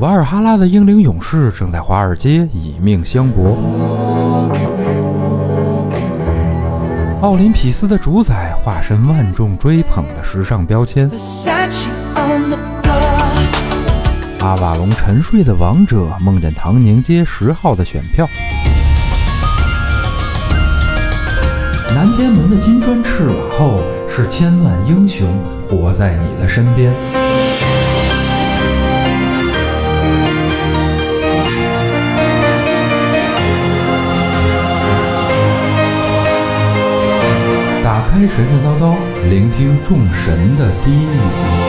瓦尔哈拉的英灵勇士正在华尔街以命相搏。奥林匹斯的主宰化身万众追捧的时尚标签， Versace on the floor. 阿瓦隆沉睡的王者梦见唐宁街十号的选票，南天门的金砖赤瓦后是千万英雄活在你的身边。打开神神叨叨，聆听众神的低语。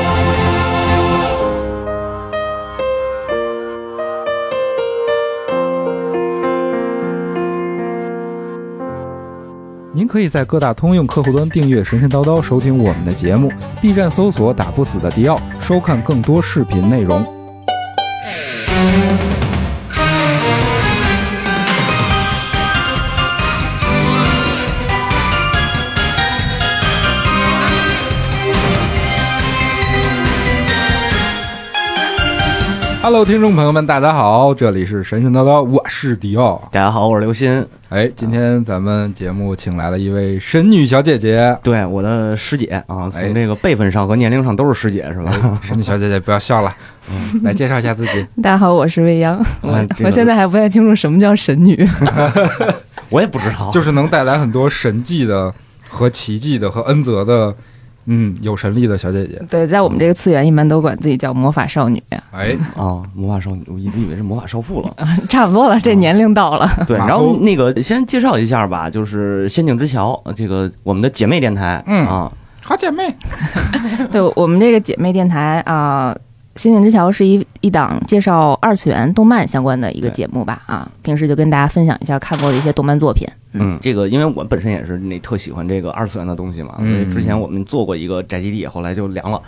您可以在各大通用客户端订阅“神神叨叨”，收听我们的节目；B 站搜索“打不死的迪奥”，收看更多视频内容。Hello，听众朋友们，大家好，这里是神神叨叨，我是迪奥。大家好，我是刘鑫。哎，今天咱们节目请来了一位神女小姐 姐。对，我的师姐啊，哎从这个辈分上和年龄上都是师姐，是吧？神女小姐姐，不要笑了，嗯来介绍一下自己。大家好，我是未央。嗯这个我现在还不太清楚什么叫神女， 我也不知道，就是能带来很多神迹的、和奇迹的、和恩泽的，嗯，有神力的小姐嗯姐。 对，在我们这个次元一般都管自己叫魔法少女，哎，啊，魔法少女，我一直以为是魔法少妇 了。 差不多了，这年龄到了。对，马然后蜂那个先介绍一下吧，就是《仙境之桥》这个我们的姐妹电台，嗯啊，好姐 妹， 对我们这个姐妹电台啊，星星之桥》是一一档介绍二次元动漫相关的一个对节目吧啊，平时就跟大家分享一下看过的一些动漫作品。嗯，这个因为我本身也是那特喜欢这个二次元的东西嘛，所以嗯之前我们做过一个宅基地，后来就凉了，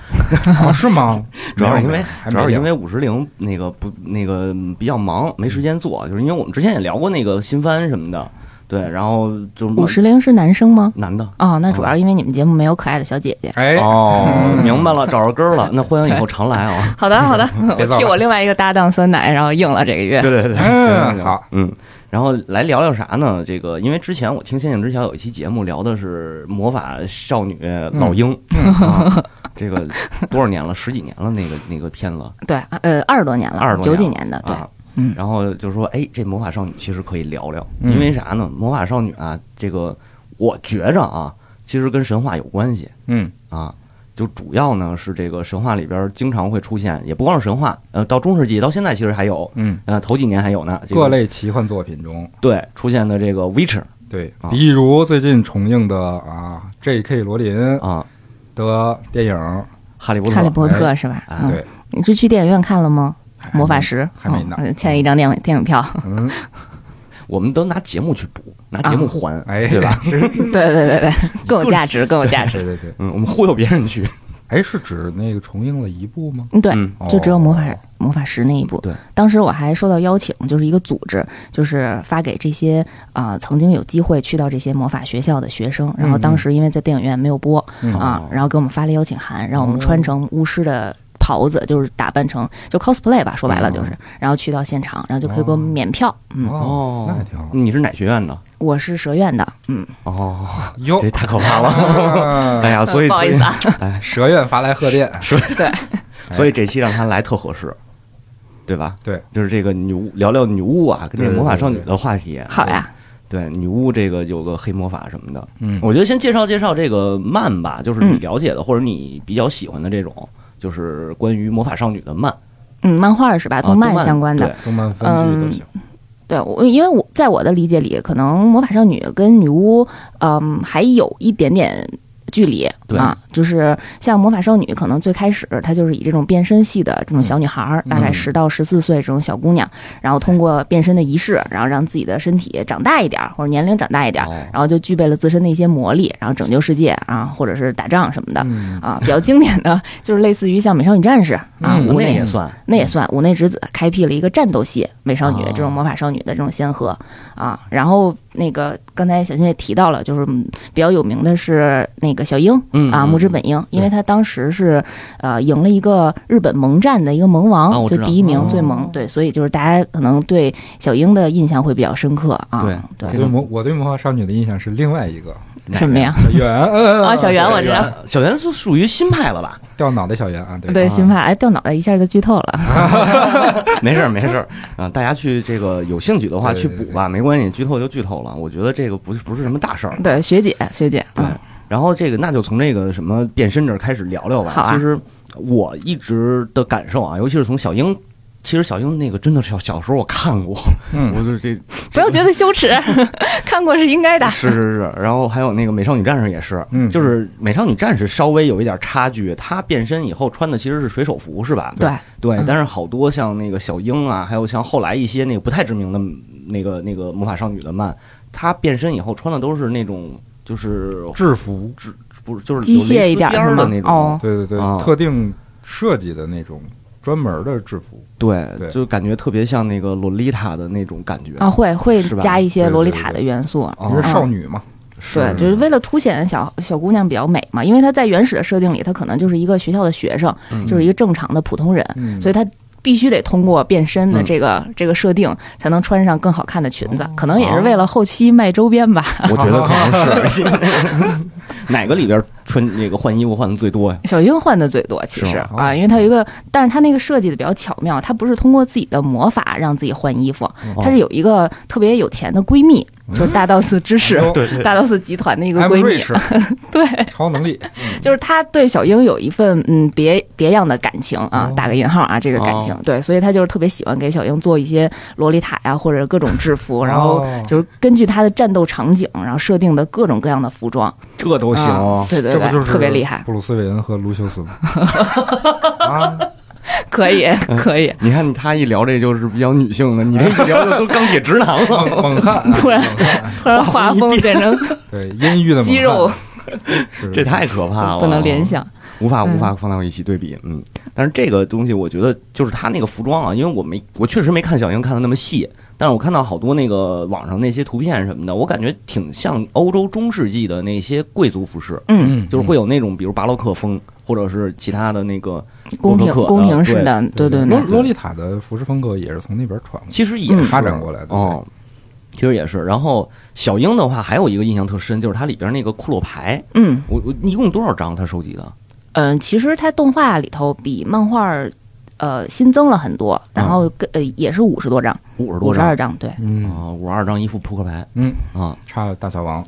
啊是吗？主要是因没有为还没主要是聊因为五十铃那个不那个嗯比较忙，没时间做，就是因为我们之前也聊过那个新番什么的，对，然后就是五十铃是男生吗？男的。哦，那主要因为你们节目没有可爱的小姐姐。哎，哦， 明白了，找着根儿了。那欢迎以后常来啊！ 好的，好的，别我造了替我另外一个搭档酸奶，然后应了这个月。 对对，嗯好，嗯，然后来聊聊啥呢？这个，因为之前我听《仙境之桥》有一期节目聊的是魔法少女老鹰，嗯啊这个多少年了？十几年了，那个那个片啊子对，呃，二十多年了， 20多九几年年的，对，啊。嗯然后就说，哎，这魔法少女其实可以聊聊，嗯因为啥呢？魔法少女啊，这个我觉着啊，其实跟神话有关系。嗯啊，就主要呢是这个神话里边儿经常会出现，也不光是神话，呃，到中世纪到现在其实还有，嗯，呃，头几年还有呢，这个各类奇幻作品中，对出现的这个 Witcher 对啊，比如最近重映的啊，J.K. 罗琳啊，的电影，哈利波特，哈利波特是吧？哎嗯，对，你是去电影院看了吗？还没魔法石还没呢嗯欠一张电影电影票。嗯，我们都拿节目去补，拿节目还，哎，对 吧？？对对对对，更有价值，更有价值。对对对，嗯，我们忽悠别人 去，哎，是指那个重映了一部吗？嗯，对嗯，就只有魔法哦魔法石那一部。对，当时我还收到邀请，就是一个组织，就是发给这些啊、呃曾经有机会去到这些魔法学校的学生。然后当时因为在电影院没有播、嗯啊哦，然后给我们发了邀请函，让我们哦穿成巫师的。袍子就是打扮成就 cosplay 吧，说白了就是，然后去到现场，然后就可以给我们免票。嗯，哦，那还挺好。你是哪学院的？我是蛇院的，嗯，哦，哟这，太可怕了，啊 哎呀，所以不好意思啊，蛇院发来贺电， 所以所以这期让他来特合适。对吧？对，就是这个女巫，聊聊女巫啊，跟这对对魔法少女对对的话题。啊好呀，对，女巫这个有个黑魔法什么的，嗯我觉得先介绍介绍这个漫吧，就是你嗯了解的、或者你比较喜欢的这种，就是关于魔法少女的漫，嗯，漫画是吧？啊动漫相关的，对动漫番剧都行。对我，因为我在我的理解里，可能魔法少女跟女巫，嗯，还有一点点距离对啊。就是像魔法少女，可能最开始她就是以这种变身系的这种小女孩儿，大概十到十四岁这种小姑娘，然后通过变身的仪式，然后让自己的身体长大一点儿，或者年龄长大一点儿，哦然后就具备了自身的一些魔力，然后拯救世界啊，或者是打仗什么的。嗯，啊，比较经典的就是类似于像美少女战士啊，嗯无那内也算那也算五内之子开辟了一个战斗系美少女哦这种魔法少女的这种先河啊，然后那个刚才小新也提到了，就是嗯比较有名的是那个小樱嗯啊，嗯木之本樱，因为他当时是呃赢了一个日本萌战的一个萌啊王，我就知道第一名哦最萌，对，所以就是大家可能对小樱的印象会比较深刻啊。对我对魔我对魔法少女的印象是另外一 个什么呀？小圆啊啊小圆我知道小圆是属于新派了吧？掉脑袋小圆啊，对对，新派哎，掉脑袋一下就剧透了。没事儿，没事儿，啊、大家去这个有兴趣的话对去对补吧，没关系，剧透就剧透了，我觉得这个不是不是什么大事儿。对，学姐，学姐，对嗯然后这个那就从这个什么变身这儿开始聊聊吧。好啊其实我一直的感受啊，尤其是从小樱，其实小樱那个真的是小小时候我看 过，嗯我就这不要觉得羞耻， 看过是应该的。是是是，然后还有那个美少女战士也是，嗯就是美少女战士稍微有一点差距，她变身以后穿的其实是水手服是吧？对，对嗯，但是好多像那个小樱啊，还有像后来一些那个不太知名的那个那个魔法少女的漫，她变身以后穿的都是那种就是制服，不是就是机有蕾械一丝点边是儿吗的那？种，哦，对对啊对，特定设计的那种专门的制服，对，对就感觉特别像那个洛丽塔的那种感觉啊，会会是吧加一些对对洛丽对塔的对元素。啊嗯因为哦少女嘛，对，就是为了凸显小小姑娘比较美嘛，因为她在原始的设定里，她可能就是一个学校的学生，就是一个正常的普通人，嗯所以她必须得通过变身的嗯这个、这个设定，才能穿上更好看的裙子，哦可能也是为了后期卖周边吧。我觉得可能是哪个里边穿那个换衣服换的最多呀？小樱换的最多，其是实吗哦啊，因为她有一个，但是她那个设计的比较巧妙，她不是通过自己的魔法让自己换衣服，哦她哦是有一个特别有钱的闺蜜，就是大道寺知识。对大道寺集团的一嗯个哎，I'm 闺蜜， rich，对，超能力，就是他对小樱有一份嗯别别样的感情啊哦，打个引号啊，这个感情哦，对，所以他就是特别喜欢给小樱做一些洛丽塔呀或者各种制服，然后哦就是根据他的战斗场景，然后设定的各种各样的服装，这都行、啊 对对这不对就，是特别厉害， 布鲁斯韦恩和卢修斯吗？ 啊，可 以可以，你看他一聊这就是比较女性的，你这一聊就都钢铁直男猛了。猛汉，啊突然猛汉突然画风变成 对啊阴郁的猛汉肌肉，是这太可怕了，不能联，想，嗯无法无法放到一起对比，嗯，但是这个东西我觉得就是他那个服装啊，因为我没我确实没看小樱看的那么细，但是我看到好多那个网上那些图片什么的，我感觉挺像欧洲中世纪的那些贵族服饰，嗯，嗯，就是会有那种比如巴洛克风，或者是其他的那个宫廷啊洛可可宫廷式嗯的，对对洛对，洛丽塔的服饰风格也是从那边传过来的其实也是发展过来的对嗯哦，其实也是。然后小樱的话，还有一个印象特深，就是它里边那个库洛牌，嗯我我一共多少张他收集的？嗯，其实它动画里头比漫画儿呃新增了很多，然后跟呃也是五十多张，五十五多十张二张，对。嗯，啊，五十二张一副扑克牌嗯，啊，差大小王，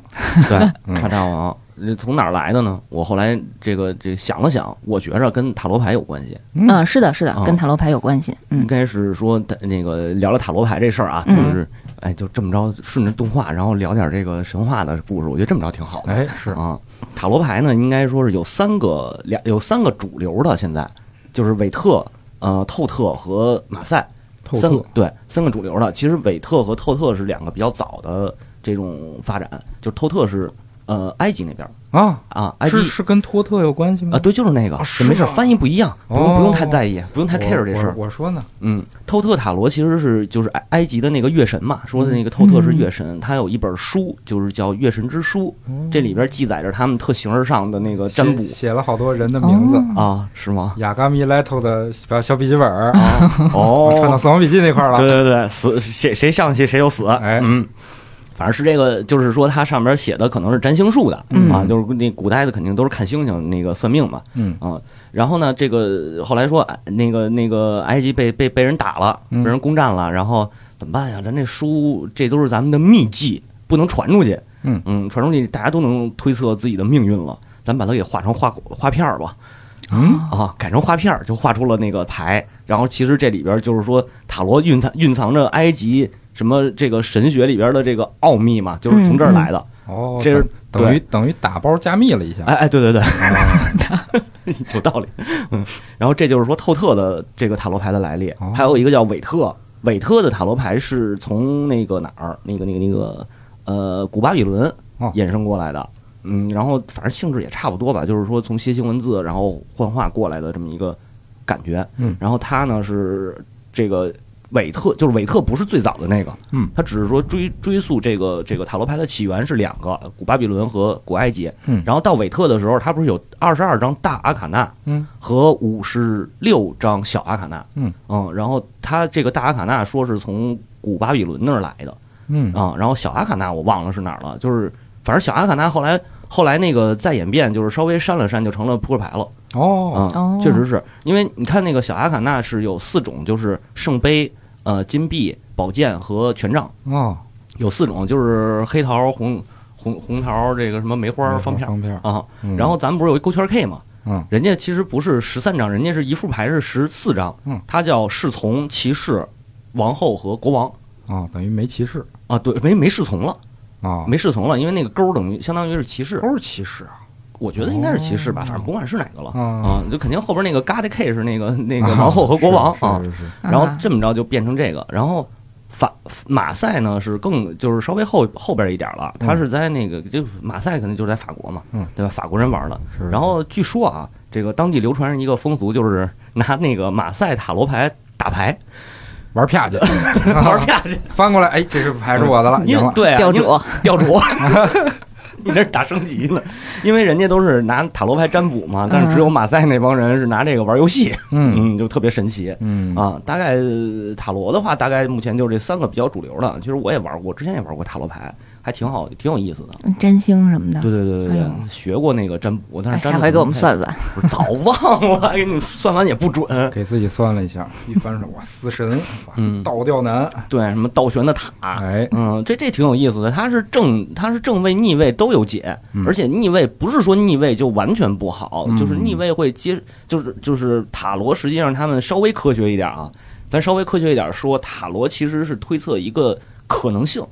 对， 嗯叉叉王。呃从哪儿来的呢？我后来这个这想了想，我觉着跟塔罗牌有关系。嗯，是的，是的啊，跟塔罗牌有关系。应嗯，该是说他那个聊聊塔罗牌这事儿啊，就嗯是哎，就这么着顺着动画，然后聊点这个神话的故事，我觉得这么着挺好的。哎，是啊，塔罗牌呢，应该说是有三个两有三个主流的，现在就是韦特、呃透特和马赛透三个彻，对三个主流的。其实韦特和透特是两个比较早的这种发展，就是透特是呃埃及那边儿啊，啊，埃及是是跟托特有关系吗啊，？对，就是那个，是没事，吗翻译不一样，不用哦不用太在意，不用太我 care 这事儿。我我说呢，嗯，透特塔罗其实是就是埃埃及的那个月神嘛，说的嗯那个透特是月神，他有一本书，就是叫《月神之书》，嗯这里边记载着他们特形而上的那个占卜嗯写写了好多人的名字，啊，是吗？雅嘎米莱头的小小笔记本儿，啊哦 我串到死亡笔记那块儿了，对对对，死谁谁上去谁就死，哎嗯。反正是这个，就是说它上面写的可能是占星术的、嗯啊，就是那古代的肯定都是看星星那个算命嘛，嗯啊，然后呢，这个后来说哎那个那个埃及被被被人打了，被嗯人攻占了，然后怎么办呀？咱这书这都是咱们的秘技，不能传出去，嗯传出去大家都能推测自己的命运了，咱把它给画成画画片儿吧，嗯，啊，改成画片儿就画出了那个牌。然后其实这里边就是说，塔罗蕴藏蕴藏着埃及什么这个神学里边的这个奥秘嘛，就是从这儿来的。哦，这是等等于等于打包加密了一下，哎哎，对对对，啊 有道理。嗯，然后这就是说透特的这个塔罗牌的来历哦，还有一个叫韦特，韦特的塔罗牌是从那个哪儿，那个那个那个呃古巴比伦哦衍生过来的。嗯，然后反正性质也差不多吧，就是说从楔形文字然后幻化过来的这么一个感觉。嗯然后它呢是这个韦特就是韦特不是最早的那个，嗯，他只是说追追溯这个这个塔罗牌的起源是两个，古巴比伦和古埃及，嗯然后到韦特的时候，他不是有二十二张大阿卡纳，嗯，和五十六张小阿卡纳，嗯然后他这个大阿卡纳说是从古巴比伦那儿来的嗯啊、然后小阿卡纳我忘了是哪儿了，就是反正小阿卡纳后来后来那个再演变，就是稍微删了删就成了扑克牌了。哦，啊哦，确实是因为你看那个小阿卡纳是有四种，就是圣杯、呃金币、宝剑和权杖，哦，有四种，就是黑桃、红红红桃，这个什么梅花、方片儿方片儿，啊。嗯然后咱们不是有一勾圈 K 嘛？嗯，人家其实不是十三张，人家是一副牌是十四张，嗯，它叫侍从、骑士、王后和国王哦，等于没歧视啊，对，没没侍从了，啊，没侍从了，因为那个勾儿等于相当于是骑士，都是歧视啊，我觉得应该是骑士哦吧，反正不管是哪个了啊，就肯定后边那个 God K 是那个那个啊王后和国 王是啊，是是，是然后啊这么着就变成这个，然后法马赛呢是更就是稍微后后边一点了，他是在那个就马赛肯定就是在法国嘛，嗯对吧？法国人玩的。是然后据说啊，这个当地流传一个风俗，就是拿那个马赛塔罗牌打牌玩啪去， 玩儿啪去，翻过来，哎，这是牌是我的了，因啊赢为了，对啊钓 主，因为钓主。你那是打升级呢，因为人家都是拿塔罗牌占卜嘛，嗯但是只有马赛那帮人是拿这个玩游戏，嗯嗯，就特别神奇。嗯啊，大概呃塔罗的话，大概目前就是这三个比较主流的。其实我也玩过，之前也玩过塔罗牌，还挺好，挺有意思嗯的。嗯占星什么的对。对对对对，哎呦学过那个占卜，但哎是占下卜回给我们太算算，不是早忘了， 给你们算完也不准。给自己算了一下，一翻手，哇，死神，哇嗯倒吊男，对，什么倒悬的塔，哎，嗯，这这挺有意思的。它是正，它是正位、逆位都有解，嗯而且逆位不是说逆位就完全不好，嗯就是逆位会接，就是就是塔罗，实际上他们稍微科学一点啊，咱稍微科学一点说，塔罗其实是推测一个可能性。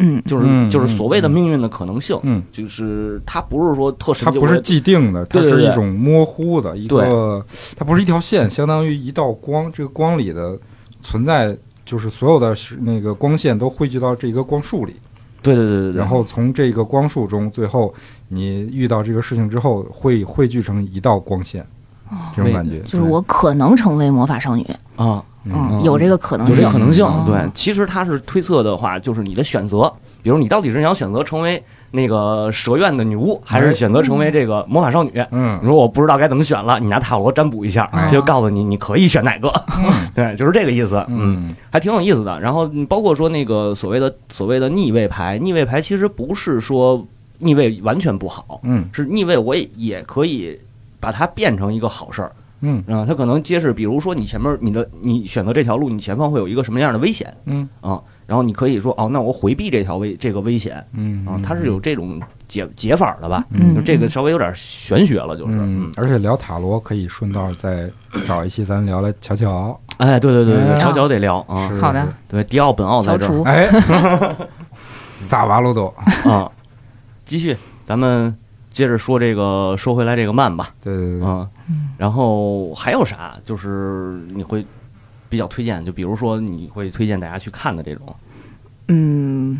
嗯，就是嗯就是所谓的命运的可能性，嗯，就是它不是说特神它奇，不我是也既定的，它对对是对一种模糊的一对个，它不是一条线，相当于一道光，这个光里的存在就是所有的是那个光线都汇聚到这一个光束里，对对对对对，然后从这个光束中，最后你遇到这个事情之后，会汇聚成一道光线，这种感觉就是我可能成为魔法少女，啊，嗯嗯，有这个可能有这啊个性可，能性哦。对，其实它是推测的话，就是你的选择，比如你到底是想选择成为那个蛇院的女巫，还是选择成为这个魔法少女？你嗯说我不知道该怎么选了，你拿塔罗占卜一下，哎他就告诉你你可以选哪个。 对，就是这个意思。嗯，嗯还挺有意思的。然后嗯包括说那个所谓的所谓的逆位牌，逆位牌其实不是说逆位完全不好，嗯是逆位，我也也可以把它变成一个好事儿嗯啊。它可能揭示，比如说你前面你的你选择这条路，你前方会有一个什么样的危险嗯啊，然后你可以说哦，那我回避这条危这个危险嗯啊，它是有这种解解法的吧？嗯就这个稍微有点玄学了，就是嗯，而且聊塔罗可以顺道再找一期咱聊来瞧瞧，哎，对对对对，嗯悄悄得聊啊，是好的，对，迪奥本奥在乔这儿楚，哎， 咋完了都？啊，继续，咱们接着说这个，说回来这个慢吧。对对啊对，嗯，然后还有啥？就是你会比较推荐，就比如说你会推荐大家去看的这种，嗯，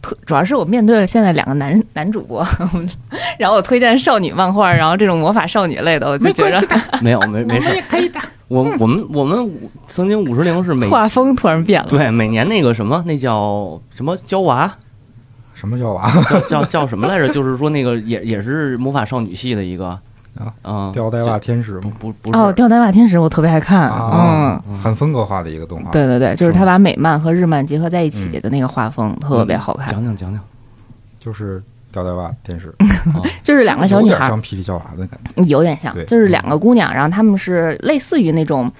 特主要是我面对了现在两个男男主播， 然后我推荐少女漫画，然后这种魔法少女类的，我就觉得没有，没没事，可以的。我我们我们五曾经五十铃是每嗯 画风突然变了。对每年那个什么那叫什么娇娃，什么叫啊？叫叫叫什么来着？就是说那个也也是魔法少女系的一个啊啊吊带袜天使吗？不不哦，是《吊带袜天使》我特别爱看，啊嗯，，很风格化的一个啊动画。对对对，就是他把美漫和日漫结合在一起嗯的那个画风嗯特别好看，讲讲讲讲就是吊带袜天使，就是两个小女有点孩像霹雳娇娃的感觉。有点像对，就是两个姑娘，然后她们是类似于那种。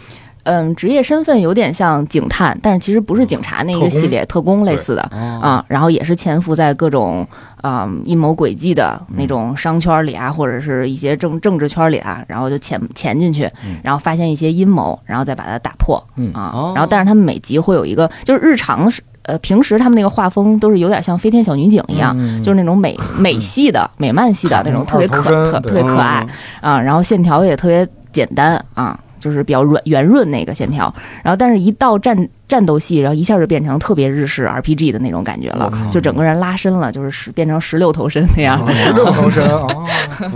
嗯，职业身份有点像警探，但是其实不是警察那嗯特工个系列，特工类似的啊啊、然后也是潜伏在各种啊、阴谋诡计的那种商圈里啊，或者是一些政政治圈里啊，然后就潜潜进去嗯，然后发现一些阴谋，然后再把它打破嗯啊、哦然后但是他们每集会有一个，就是日常是呃平时他们那个画风都是有点像飞天小女警一样，嗯就是那种美美系的、美漫系的那种，特别可二头身特嗯对特别可爱，啊，然后线条也特别简单啊，就是比较软圆润那个线条。然后，但是一到战战斗戏，然后一下就变成特别日式 RPG 的那种感觉了我靠，就整个人拉伸了，就是十变成十六头身那样。哦肉头身 啊，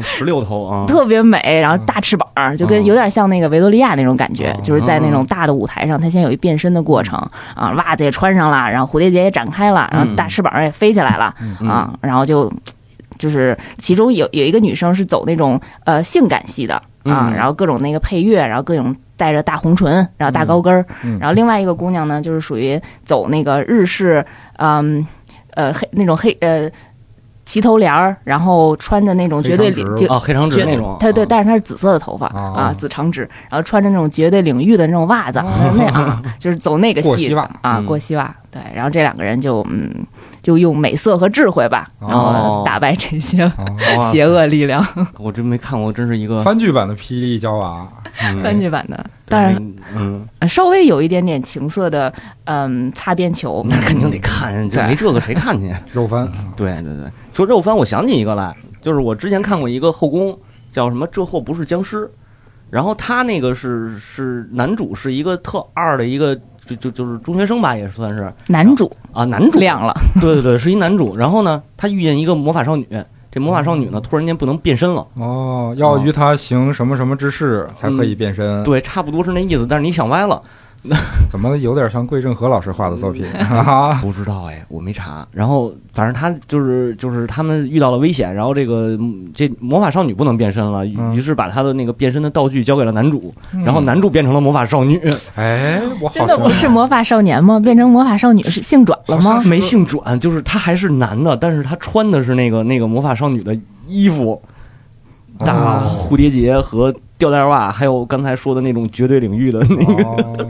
十六头啊，特别美，然后大翅膀儿，就跟有点像那个维多利亚那种感觉，哦就是在那种大的舞台上，它先有一变身的过程啊，袜子也穿上了，然后蝴蝶结也展开了，然后大翅膀儿也飞起来了、嗯啊，然后就就是其中有有一个女生是走那种呃性感系的啊，嗯然后各种那个配乐，然后各种。带着大红唇，然后大高跟儿，嗯嗯然后另外一个姑娘呢，就是属于走那个日式，嗯，呃，黑那种黑呃齐头帘儿，然后穿着那种绝对非常直就啊，黑长直绝那种，他对，啊但是他是紫色的头发哦啊，紫长直，然后穿着那种绝对领域的那种袜子，哦 那啊，就是走那个过系膝袜啊嗯，过膝袜。对，然后这两个人就嗯，就用美色和智慧吧，然后哦打败这些哇邪恶力量。我真没看过，真是一个哦番剧版的《霹雳娇娃 嗯三剧版的，对当然嗯，呃稍微有一点点情色的，嗯，擦边球。 那肯定得看，这对没这个谁看去？》肉番，对对对，说肉番，我想起一个来，就是我之前看过一个后宫，叫什么“这货不是僵尸”，然后他那个是是男主是一个特二的一个，就就就是中学生吧，也算是男主啊，男主亮了，对对对，是一男主。然后呢，他遇见一个魔法少女，这魔法少女呢突然间不能变身了，哦，要与他行什么什么之事才可以变身？对，差不多是那意思。但是你想歪了，怎么有点像桂正和老师画的作品 啊？不知道哎，我没查。然后反正他就是就是他们遇到了危险，然后这个嗯这魔法少女不能变身了，于嗯于是把她的那个变身的道具交给了男主，然后男主变成了魔法少女， 哎，我好嗯真的像不是魔法少年吗？变成魔法少女是性转了吗？没性转，就是他还是男的，但是他穿的是那个那个魔法少女的衣服，大哦蝴蝶结和吊带袜，还有刚才说的那种绝对领域的那个 哦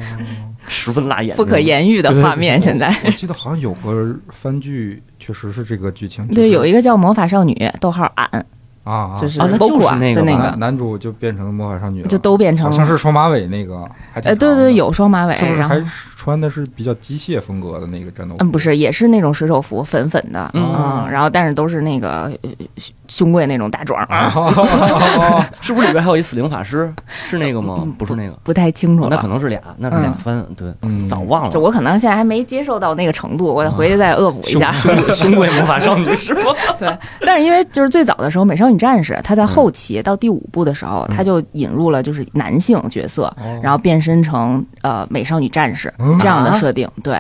十分辣眼睛，不可言喻的嗯画面，现在。我记得好像有个番剧，确实是这个剧情。嗯对，有一一个叫《魔法少女》，逗号俺，啊，啊就是啊那就是 Boku 啊那个的那吧男个，男主就变成魔法少女了，就都变成好像是双马尾那个，还挺呃，对长的对，，有双马尾，是不是然后还穿的是比较机械风格的那个战斗服？嗯，不是，也是那种水手服，粉粉的，嗯嗯，然后但是都是那个呃胸胸贵那种大壮，啊，哦是不是里边还有一死灵法师？是那个吗？不是那个，不太清楚哦那可了。能是俩，那是俩番，对，嗯早忘了。就我可能现在还没接受到那个程度，我得回去再恶补一胸下。啊胸 胸贵魔法少女是吗？但是因为就是最早的时候，《美少女战士》它嗯在后期到第五部的时候，它就引入了就是男性角色，哦然后变身成呃美少女战士嗯这样的啊设定，对。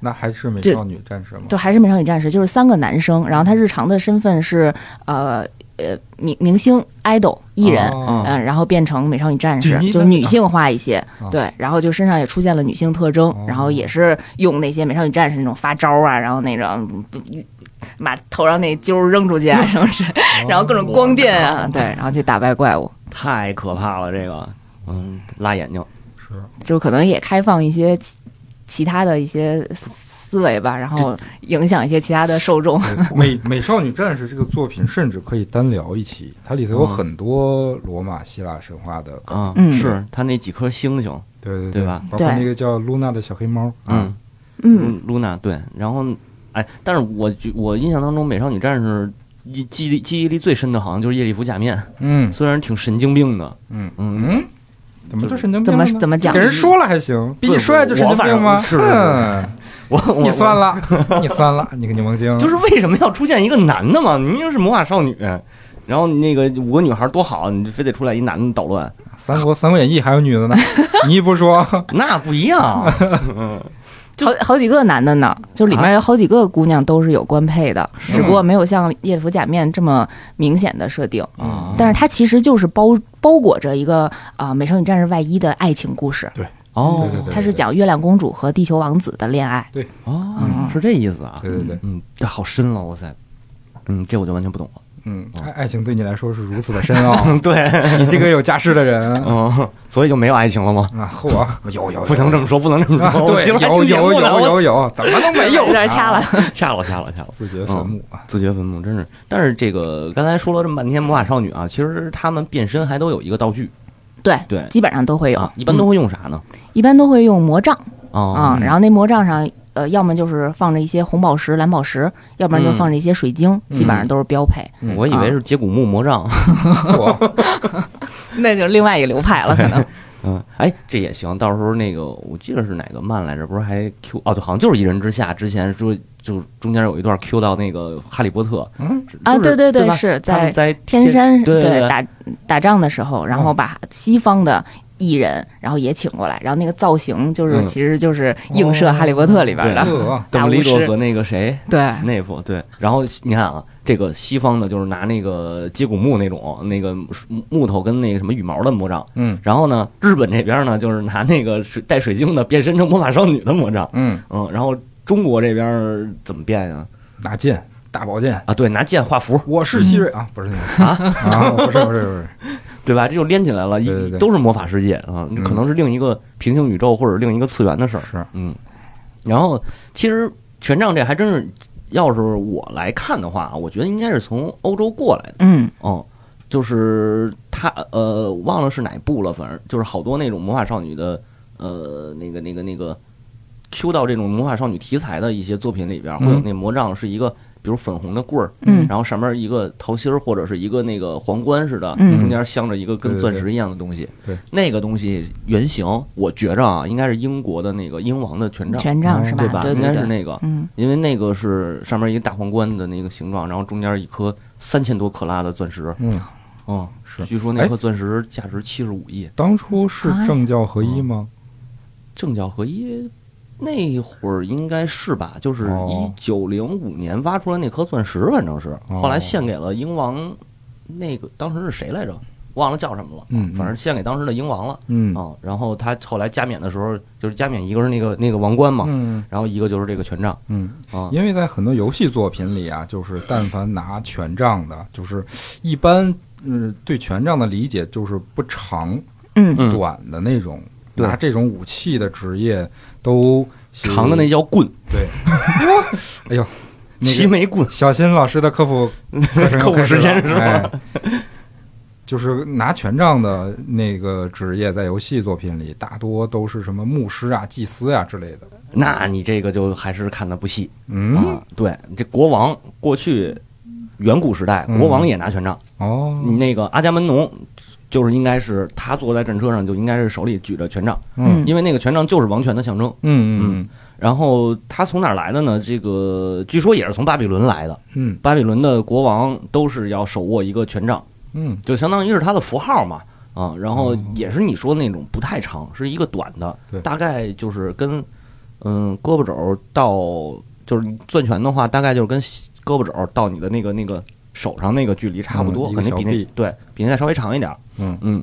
那还是美这少女战士吗？就还是美少女战士，就是三个男生，然后他日常的身份是呃呃明明星 idol 艺人。嗯哦然后变成美少女战士女，就的女性哦化一些，啊对，然后就身上也出现了女性特征，哦然后也是用那些美少女战士那种发招啊，然后那种嗯不把头上那揪扔出去啊，什么是，然后各哦种光电啊，对，然后去打败怪物，太可怕了，这个，嗯，辣眼睛。就可能也开放一些其其他的一些思思维吧，然后影响一些其他的受众， 美美少女战士这个作品甚至可以单聊一期，它里头有嗯很多罗马希腊神话的，啊，嗯是他那几颗星星，对对对吧包括对那个叫露娜的小黑猫，嗯啊，，嗯，露露娜对，然后哎，但是我觉我印象当中美少女战士记记忆记忆力最深的好像就是夜礼服假面，嗯虽然挺神经病的，嗯嗯，嗯，怎么就神经病怎了么呢？怎么讲给？人说了还行，比你帅就神经病我吗？反正是嗯 我我你算了， 你算了，你个柠檬精，就是为什么要出现一个男的嘛？明明是魔法少女，然后那个五个女孩多好，你非得出来一男的捣乱，三国《三国演义》还有女的呢， 你不 说，那不一 样。好好几个男的呢，就里啊面有好几个姑娘都是有官配的，只不过没有像《夜服假面》这么明显的设定。啊嗯但是它其实就是包包裹着一个啊、美少女战士外衣的爱情故事，哦对对对它是讲月亮公主和地球王子的恋爱。哦嗯，是这意思啊？对对对，嗯，这好深了，哇塞，嗯，这我就完全不懂了。嗯，哦爱爱情对你来说是如此的深奥， 嗯，对，你这个有家室的人嗯，所以就没有爱情了吗？啊，嚯，有有不能这么说，不能这 么啊，说。我对，媳妇有儿还听节有目呢有我有有，怎么能没有？有啊点 掐了，掐了掐了掐了， 自掘坟墓啊！自掘坟墓真是。但是这个刚才说了这么半天，魔法少女啊，其实她们变身还都有一个道具，对对基本上都会有，嗯啊，一般都会用啥呢？一般都会用魔杖啊，啊、然后那魔杖上。呃，要么就是放着一些红宝石、蓝宝石，要不然就嗯放着一些水晶，基本上都是标配。嗯我以啊 为是接骨木魔杖，我那就是另外一个流派了，可能。嗯，哎，这也行。到时候那个，我记得是哪个漫来着，不是还 Q 哦，对，好像就是《一人之下》。之前说就中间有一段 Q 到那个《哈利波特》嗯是，啊就是对对对吧是他们在在天山对对嗯打打仗的时候，然后把西方的艺人，然后也请过来，然后那个造型就是、嗯哦其实就是映射哦《哈利波特》里边的，呃邓大布巫利多师和那个谁对。斯内普对。然后你看啊，这个西方的就是拿那个接骨木那种那个木木头跟那个什么羽毛的魔杖，嗯然后呢，日本这边呢就是拿那个水带水晶的变身成魔法少女的魔杖，嗯，嗯，然后中国这边怎么变呀？拿剑，大宝剑，啊，对，拿剑画符，我是希瑞啊，不是那个啊，不是不是不是，对吧？这就连起来了，一对对对都是魔法世界啊，嗯可能是另一个平行宇宙或者另一个次元的事儿。是，嗯。然后，其实权杖这还真是，要是我来看的话，啊我觉得应该是从欧洲过来的。嗯，嗯，就是他呃，忘了是哪部了，反正就是好多那种魔法少女的呃，那个那个那个 Q 到这种魔法少女题材的一些作品里边儿，会有嗯那魔杖是一个，比如粉红的棍儿，嗯然后上面一个桃心儿或者是一个那个皇冠似的，嗯中间镶着一个跟对对钻对石一样的东西。对那个东西原型，我觉着啊，应该是英国的那个英王的权杖，权杖是吧嗯对吧？？对应对该是对，那个，嗯，因为那个是上面一个大皇冠的那个形状，然后中间一颗三千多克拉的钻石，嗯，嗯，是据说哎那颗钻石价值七十五亿，当初是啊政教合一吗？政教合一。那会儿应该是吧，就是一哦九零五年挖出来那颗钻石，反正是哦后来献给了英王，那个当时是谁来着？忘了叫什么了，嗯，反正献给当时的英王了嗯啊。然后他后来加冕的时候，就是加冕一个是那个那个王冠嘛，嗯然后一个就是这个权杖嗯，啊。因为在很多游戏作品里啊，就是但凡拿权杖的，就是一般嗯对权杖的理解就是不长嗯，嗯短的那种，对拿这种武器的职业都是长的那叫棍，对，哎呦，那齐个眉棍，小新老师的科 普课程又科普开始时间了是吧哎就是拿权杖的那个职业，在游戏作品里大多都是什么牧师啊、祭司啊之类的。那你这个就还是看的不细嗯，啊。对，这国王过去远古时代，嗯国王也拿权杖。哦，你那个阿伽门农，就是应该是他坐在战车上，就应该是手里举着权杖，嗯因为那个权杖就是王权的象征。嗯嗯然后他从哪儿来的呢？这个据说也是从巴比伦来的。嗯巴比伦的国王都是要手握一个权杖，嗯就相当于是他的符号嘛。啊，然后哦也是你说的那种不太长，是一个短的对，大概就是跟嗯胳膊肘到就是你攥拳的话，大概就是跟胳膊肘到你的那个那个手上那个距离差不多，嗯一个肯定比小那臂对比那再稍微长一点儿。嗯嗯，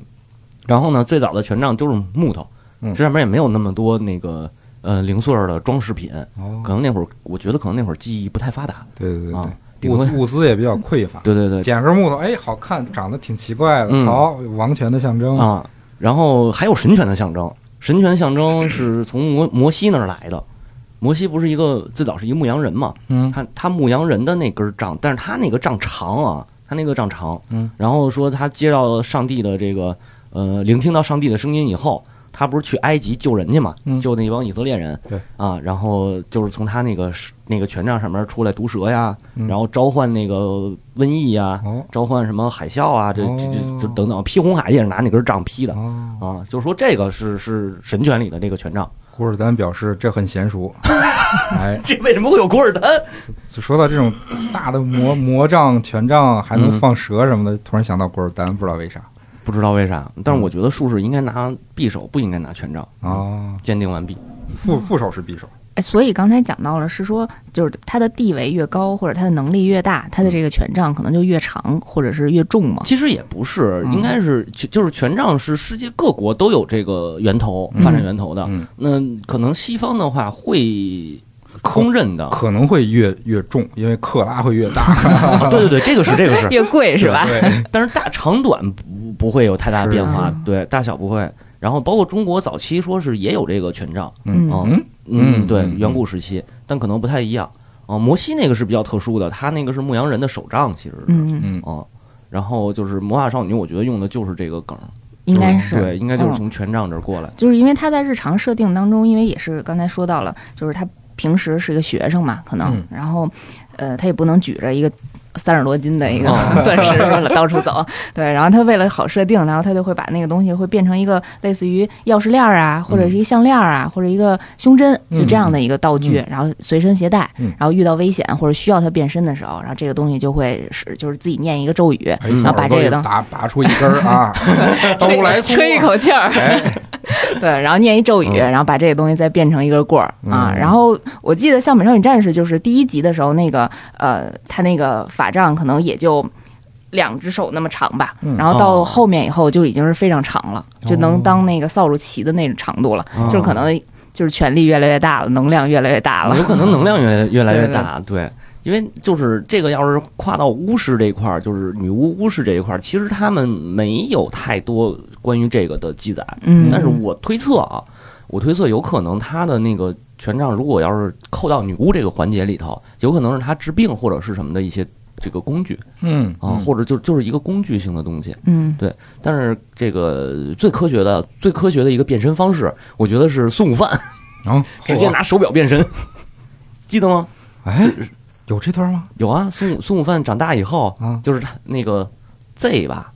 然后呢，最早的权杖就是木头，嗯这上面也没有那么多那个呃零碎儿的装饰品，哦可能那会儿我觉得可能那会儿技艺不太发达对对对嗯啊，对，顶物多资物资也比较匮乏。对对对捡根木头，哎，好看，长得挺奇怪的，嗯好，王权的象征。啊，然后还有神权的象征，神权象征是从摩摩西那儿来的。摩西不是一个最早是一牧羊人嘛？嗯他他牧羊人的那根杖，但是他那个杖长啊，他那个杖长。嗯，然后说他接到上帝的这个呃，聆听到上帝的声音以后，他不是去埃及救人去嘛？嗯救那帮以色列人。对啊，然后就是从他那个那个权杖上面出来毒蛇呀，嗯然后召唤那个瘟疫呀，哦召唤什么海啸啊，这这这这等等，劈红海也是拿那根杖劈的哦，啊。就是说这个是是神权里的这个权杖，古尔丹表示这很娴熟。哎， 这为什么会有古尔丹？就说到这种大的 魔魔杖、权杖，还能嗯放蛇什么的，突然想到古尔丹，不知道为啥。不知道为啥，但是我觉得术士应该拿匕首，不应该拿权杖。啊，鉴定完毕，副副手是匕首，哎所以刚才讲到了，是说就是他的地位越高，或者他的能力越大，他的这个权杖可能就越长，或者是越重嘛。其实也不是，嗯应该是其就是权杖是世界各国都有这个源头嗯发展源头的。嗯那可能西方的话会公认的，可能会越越重，因为克拉会越大。啊对对对，这个是这 个是，越贵是吧？ 对，但是大长短不不会有太大的变化是，对大小不会。然后包括中国早期说是也有这个权杖，嗯哦嗯嗯嗯，对，嗯远古时期，但可能不太一样。啊，摩西那个是比较特殊的，他那个是牧羊人的手杖，其实是嗯嗯，啊。然后就是魔法少女，我觉得用的就是这个梗，应该就是对，应该就是嗯从权杖这儿过来。就是因为他在日常设定当中，因为也是刚才说到了，就是他平时是一个学生嘛，可能，嗯然后，呃，他也不能举着一个三十多斤的一个哦 钻石到处走，对，然后他为了好设定，然后他就会把那个东西会变成一个类似于钥匙链儿啊，或者是一个项链儿啊，或者一个胸针，嗯就这样的一个道具，然后随身携带嗯，然后遇到危险或者需要它变身的时候，然后这个东西就会是就是自己念一个咒语，哎然后把这小耳朵个当拔拔出一根儿 啊，都来粗啊 吹一，口气儿，哎， 对，然后念一咒语，嗯然后把这个东西再变成一个棍儿啊。嗯然后我记得《像美少女战士》就是第一集的时候，那个呃，他那个法杖可能也就。两只手那么长吧，嗯哦然后到哦后面以后就已经是非常长了，就能当那个扫帚旗的那种长度了，哦就是可能就是权力越来越大了，能量越来越大了哦有。可能能量越越来越大，对。因为就是这个，要是跨到巫师这一块儿，就是女巫巫师这一块儿，其实他们没有太多关于这个的记载。嗯，但是我推测啊，我推测有可能他的那个权杖，如果要是扣到女巫这个环节里头，有可能是他治病或者是什么的一些这个工具嗯啊，或者就就是一个工具性的东西。嗯，但是这个最科学的、最科学的一个变身方式，我觉得是孙悟饭然后直接拿手表变身，记得吗？哎，有这段吗？有啊，孙悟孙悟饭长大以后，啊就是他那个 Z 吧，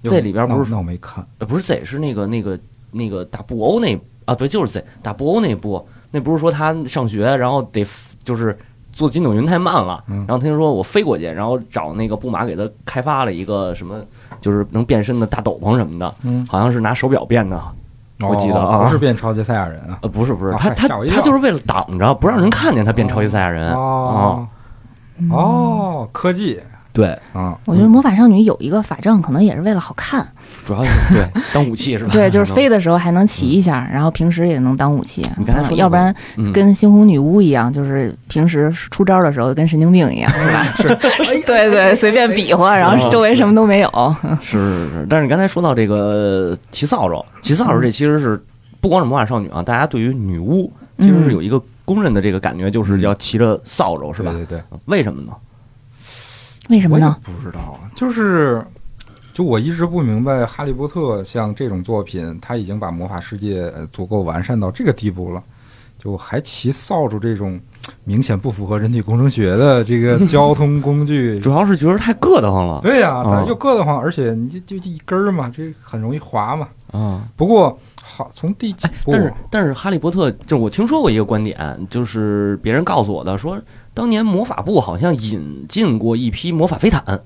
有这里边不是那那我没看，呃，不是 Z 是那个那个那个打布欧那啊，对，就是 Z 打布欧那一波，那不是说他上学，然后得 f- 就是坐筋斗云太慢了，嗯然后他就说我飞过去，然后找那个布马给他开发了一个什么，就是能变身的大斗篷什么的，嗯，好像是拿手表变的，我记得哦啊不是变超级赛亚人啊，呃，不是不是，啊他他吓我一他跳就是为了挡着不让人看见他变超级赛亚人啊、哦哦，科技对，啊，嗯我觉得魔法少女有一个法杖，可能也是为了好看，主要是对当武器是吧？对，就嗯是飞的时候还能骑一下，然后平时也能当武器啊你刚才说，的要不然嗯跟猩红女巫一样，就是平时出招的时候跟神经病一样， 是吧？是，对对，随便比划，然后周围什么都没有。是是是，但是你刚才说到这个骑扫帚，骑扫帚这其实是不光是魔法少女啊，大家对于女巫其实是有一个公认的这个感觉，就是要骑着扫帚，是吧？对对对，为什么呢？ 为什么我也呢？不知道啊，就是。就我一直不明白，《哈利波特》像这种作品，它已经把魔法世界呃足够完善到这个地步了，就还骑扫帚这种明显不符合人体工程学的这个交通工 具，主要是觉得太硌得慌了对呀、啊咱又硌得慌，而且你就就一根儿嘛，这很容易滑嘛。啊！不过好，从第几部哎但是但是《哈利波特》就是我听说过一个观点，就是别人告诉我的，说当年魔法部好像引进过一批魔法飞毯，啊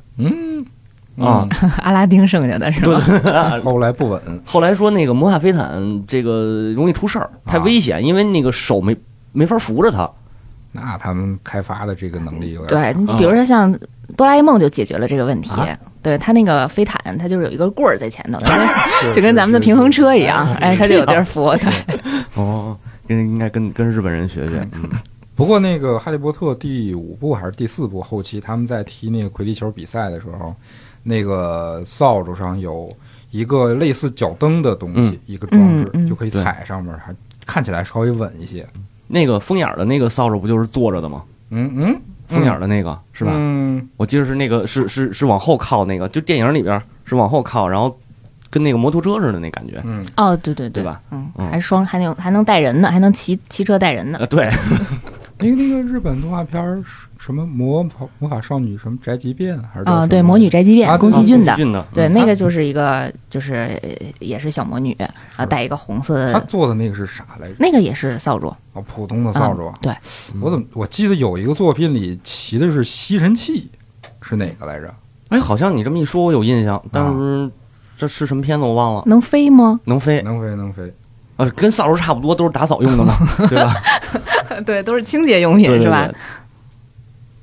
嗯， 阿拉丁剩下的是吧？后来不稳，后来说那个魔法飞毯这个容易出事儿，太啊危险，因为那个手没没法扶着它。那他们开发的这个能力有点对，你比如说像哆啦 A 梦就解决了这个问题啊。对它那个飞毯，它就是有一根棍儿在前头，是就跟咱们的是平衡是车一样，哎，它就有地儿扶。对，哦，跟应该跟跟日本人学 学，嗯，不过那个《哈利波特》第五部还是第四部后期，他们在踢那个魁地球比赛的时候，那个扫帚上有一个类似脚蹬的东西，嗯一个装置、嗯嗯就可以踩上面，还看起来稍微稳一些。那个风眼儿的那个扫帚不就是坐着的吗？嗯嗯，风眼儿的那个、是吧？嗯，我记得是那个是是是往后靠那个，就电影里边儿是往后靠，然后跟那个摩托车似的那感觉，嗯，哦，对对对吧？嗯，嗯还双还能还能带人呢，还能骑骑车带人呢。啊， 对，那个那个日本动画片儿什么魔法魔法少女什么宅急便还是叫啊，什么对，魔女宅急嗯啊便，宫宫崎崎骏的，俊的，对，嗯那个就是一个，就是呃也是小魔女啊，带一个红色他的，做的那个是啥来着？那个也是扫帚，啊，普通的扫帚啊。啊对，我怎么我记得有一个作品里骑的是吸尘器，是哪个来着？哎，好像你这么一说，我有印象，嗯但是这是什么片子我忘了。能飞吗？能飞能飞能飞。啊，跟扫帚差不多，都是打扫用 的嘛，对吧？ 对，都是清洁用品对是吧？？对对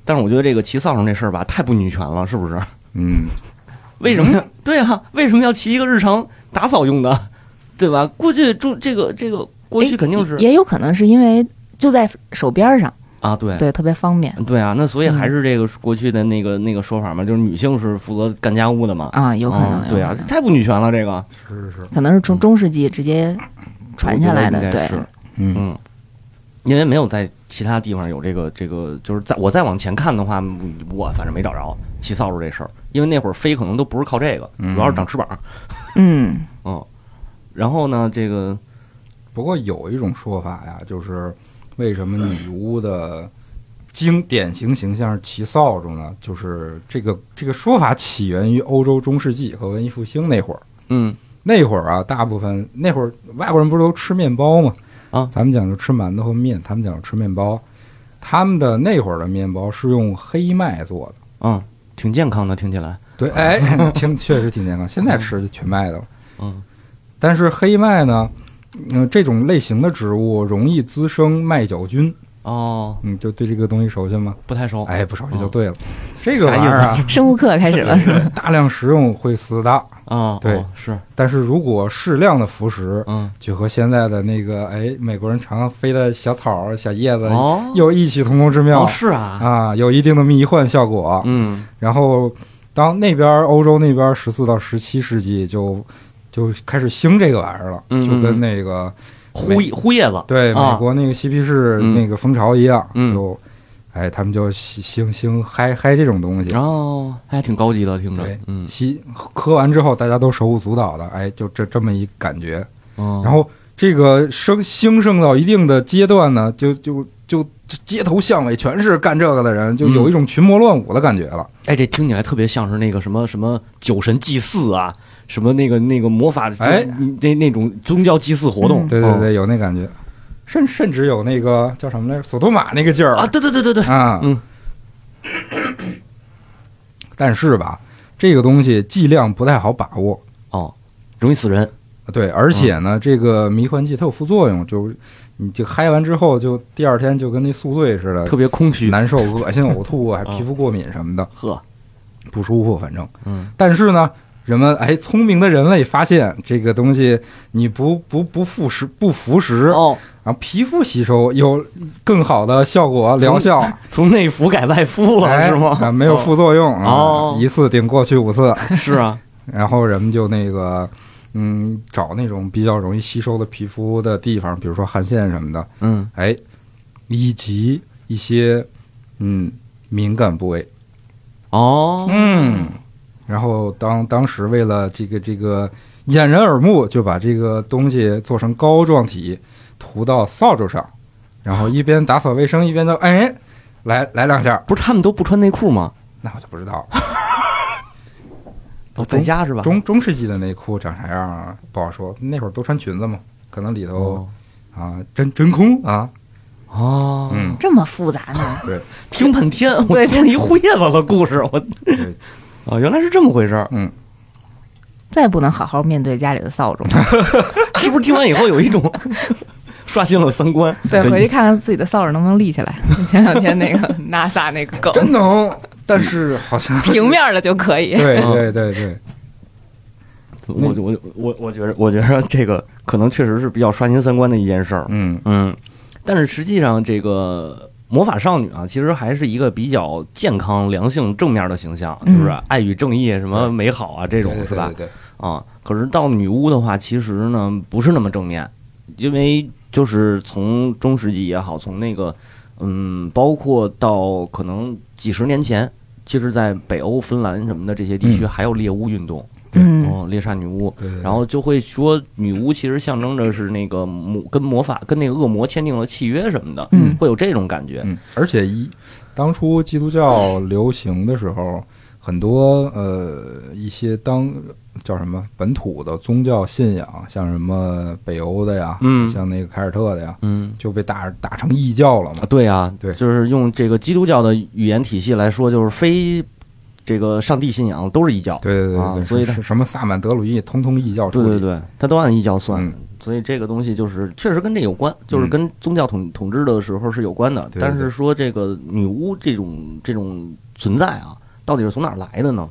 但是我觉得这个骑扫帚这事儿吧，太不女权了，是不是？嗯，为什么嗯呀？ 对啊，为什么要骑一个日常打扫用的， 对吧？估计就这个这个过去诶肯定是哎也有可能是因为就在手边上，啊，对对，特嗯别方便对啊，那所以还是这个过去的那个那个说法嘛，就是女性是负责干家务的嘛，啊，有可能嗯，对啊有可，能太不女权了这个，是是是，可能是从中世纪直接传下来我的，觉得应对该，是嗯嗯，因为没有在其他地方有这个这个，就是在我再往前看的话，嗯我反正没找着骑扫帚这事儿，因为那会儿飞可能都不是靠这个，嗯主要是长翅膀，嗯，嗯，然后呢，这个不过有一种说法呀，就是为什么女巫的经典型形象是骑扫帚呢，就是这个这个说法起源于欧洲中世纪和文艺复兴那会儿。嗯那会儿啊，大部分那会儿外国人不是都吃面包吗？啊咱们讲究吃馒头和面，他们讲究吃面包。他们的那会儿的面包是用黑麦做的。嗯，挺健康的，听起来。对， 哎，挺确实挺健康。现在吃就全麦的了，嗯但是黑麦呢，嗯、这种类型的植物容易滋生麦角菌。哦，嗯，就对这个东西熟悉吗？不太熟。哎，不熟悉就哦对了。这个玩意儿啊，生物课开始了， 大量食用会死的，啊，对哦是，但是如果适量的服食，嗯，就和现在的那个哎，美国人常常飞的小草儿、小叶子哦，有异曲同工之妙哦是啊，呃啊，有一定的迷幻效果。嗯然后，当那边欧洲那边十四到十七世纪就就开始兴这个玩意儿了，嗯就跟那个呼美呼叶子，对啊美国那个嬉皮士嗯那个风潮一样，嗯就哎他们就兴兴兴嗨嗨这种东西。哦，还挺高级的，听着对，嗯，吸喝完之后，大家都手舞足蹈的，哎，就这这么一感觉。然然后这个生兴盛到一定的阶段呢，就就就就街头巷尾全是干这个的人，就嗯有一种群魔乱舞的感觉了。哎，这听起来特别像是那个什么什么酒神祭祀啊，什么那个那个魔法，就哎嗯那那种宗教祭祀活动，对对哦对，有那感觉，甚甚至有那个叫什么来着，索多玛那个劲儿啊，对对对对对，啊，嗯。 但是吧，这个东西剂量不太好把握，哦，容易死人，对，而且嗯呢，这个迷幻剂它有副作用，就你就嗨完之后，就第二天就跟那宿醉似的，特别空虚， 难受、恶心、呕吐，还啊皮肤过敏什么的，呵，不舒服，反正。嗯但是呢，人们哎，聪明的人类发现这个东西你不不不服食不服食，哦，然后皮肤吸收有更好的效果疗效，从内服改外敷了、哎是吗？啊，没有副作用啊，哦一次顶过去五次，哦是 啊，然后人们就那个。嗯，找那种比较容易吸收的皮肤的地方，比如说汗腺什么的，嗯，哎，以及一些嗯敏感部位，哦，嗯，然后当当时为了这个这个掩人耳目，就把这个东西做成膏状体，涂到扫帚上，然后一边打扫卫生一边就哎，来来两下，不是他们都不穿内裤吗？那我就不知道都在家是吧？中中世纪的内裤长啥样啊，不好说。那会儿都穿裙子嘛，可能里头、哦啊真真空啊，哦，嗯，这么复杂呢？听半天，我对听了一会子了故事，我对啊，原来是这么回事儿，再也不能好好面对家里的扫帚了， 是不是？听完以后有一种 刷新了三观，对，的回去看看自己的扫帚能不能立起来。前两天那个 NASA 那个梗，真能，但是好像嗯平面的就可 以。对对对对，我我我我觉得，我觉得这个可能确实是比较刷新三观的一件事儿。嗯嗯，但是实际上，这个魔法少女啊，其实还是一个比较健康、良性、正面的形象，就嗯是爱与正义、什么美好啊这种对对是吧对？对，啊，可是到女巫的话，其实呢不是那么正面，因为就是从中世纪也好，从那个嗯，包括到可能几十年前，其实，在北欧、芬兰什么的这些地区，嗯还有猎巫运动，嗯，哦，猎杀女巫。对对对然后就会说，女巫其实象征着是那个魔跟魔法跟那个恶魔签订了契约什么的，嗯会有这种感觉。嗯，而且一当初基督教流行的时候，很多呃一些当叫什么本土的宗教信仰，像什么北欧的呀，嗯像那个凯尔特的呀，嗯就被打打成异教了嘛啊，。对啊，对就是用这个基督教的语言体系来说，就是非这个上帝信仰都是异教。对对对对，啊是所以它是什么萨满德鲁伊，通通异教处对理。对对，他都按异教算，嗯所以这个东西就是确实跟这有关，就是跟宗教统统治的时候是有关的。嗯对对但是说这个女巫这种这种存在啊，到底是从哪儿来的呢？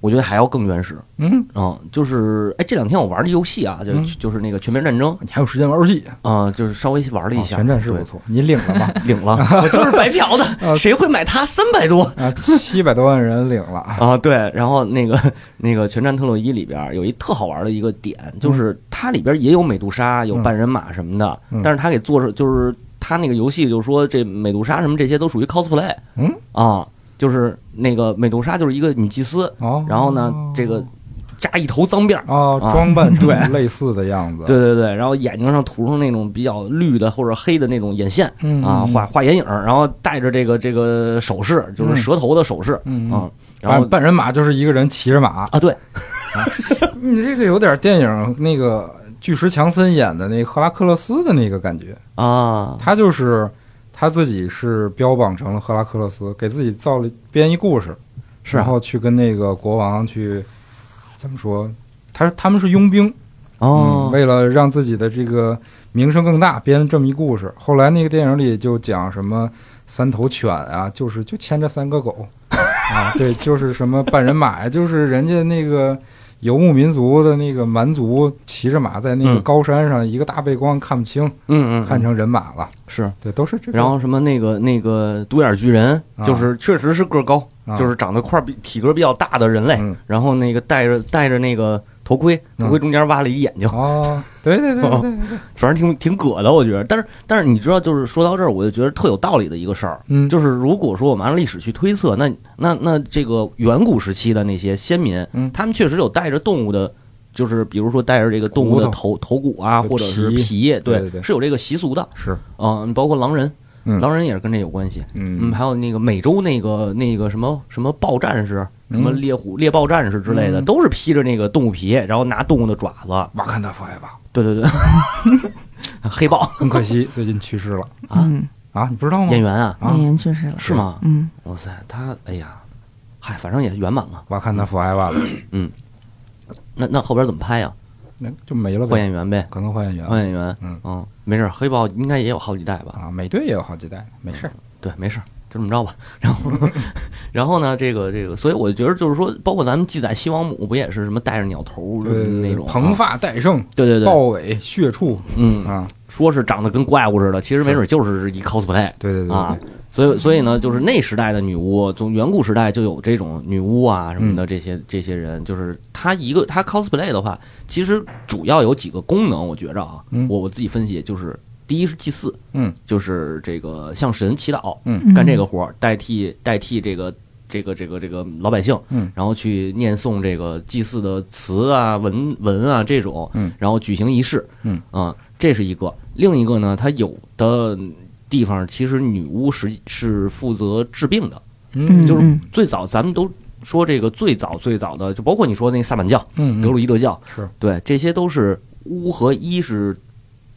我觉得还要更原始啊、嗯，嗯就是哎，这两天我玩的游戏啊，就、嗯就是那个全面战争你还有时间玩游戏？啊、就是稍微玩了一哦下，全战是对不错，你领了 吗？领了，我就是白嫖的，啊谁会买它三百多？啊，七百多万人领了。 啊，对，然后那个那个《全战特洛伊》里边儿有一特好玩的一个点，就是它里边儿也有美杜莎，有嗯半人马什么的，嗯但是它给做成就是它那个游戏就是说这美杜莎什么这些都属于 cosplay 嗯，啊，就是那个美杜莎就是一个女祭司，哦，然后呢这个扎一头脏辫儿，啊，啊装扮成对类似的样子， 对对对，然后眼睛上涂上那种比较绿的或者黑的那种眼线嗯啊，嗯画画眼影儿，然后戴着这个这个首饰，就嗯是蛇头的首饰嗯，啊嗯，然后半半人马就是一个人骑着马，啊对，嗯你这个有点电影那个巨石强森演的那个赫拉克勒斯的那个感觉，啊，他就是他自己是标榜成了赫拉克勒斯，给自己造了编一故事，是然啊，后去跟那个国王去怎么说？他他们是佣兵，嗯，哦，为了让自己的这个名声更大，编了这么一故事。后来那个电影里就讲什么三头犬啊，就是就牵着三个狗哦 啊，对，就是什么半人马呀，就是人家那个游牧民族的那个蛮族骑着马在那个嗯高山上，一个大背光看不清，嗯嗯，看成人马了。是，对，都是这个。然后什么那个那个独眼巨人啊，就是确实是个儿高，啊就是长得块儿比体格比较大的人类嗯，然后那个戴着戴着那个头盔，嗯头盔中间挖了一眼睛，哦，对对对对对，反正挺挺葛的，我觉得。但是但是你知道，就是说到这儿，我就觉得特有道理的一个事儿，嗯，就是如果说我们按历史去推测，那那那这个远古时期的那些先民，嗯他们确实有带着动物的，就是比如说带着这个动物的骨头头骨啊，对或者是皮皮，对对对是有这个习俗的是啊、嗯包括狼人，嗯狼人也是跟这有关系。嗯，嗯还有那个美洲那个那个什么什么豹战士，什么嗯猎虎猎豹战士之类的，嗯都是披着那个动物皮，然后拿动物的爪子，瓦坎达 forever，对对对， 黑豹很可惜最近去世了啊嗯，啊，你不知道吗演？员啊，啊演，员去世了，是吗？嗯，哇塞，他哎呀，嗨，反正也圆满了。瓦坎达 forever 了，那那后边怎么拍呀？那就没了换呗，演员呗，可能换演员了换演员。嗯没事儿，黑豹应该也有好几代吧？啊，美队也有好几代，没事儿。对，没事儿，就这么着吧。然 后，然后呢，这个这个，所以我觉得就是说，包括咱们记载西王母不也是什么戴着鸟头对那种蓬啊，发戴胜，对对对，豹尾血畜嗯，啊，说是长得跟怪物似的，其实没准就是一 cosplay 对对对啊对，。所以所以呢，就是那时代的女巫，从远古时代就有这种女巫啊什么嗯的这些这些人，就是她一个她 cosplay 的话，其实主要有几个功能，我觉着啊，嗯我我自己分析就是。第一是祭祀，嗯，就是这个向神祈祷，嗯干这个活儿，代替代替这个这个这个这个老百姓，嗯，然后去念诵这个祭祀的词啊、文文啊这种，嗯，然后举行仪式，嗯啊，这是一个。另一个呢，它有的地方其实女巫是是负责治病的，嗯就是嗯最早咱们都说这个最早最早的，就包括你说那个萨满教、嗯德鲁伊德教，是对，这些都是巫和医是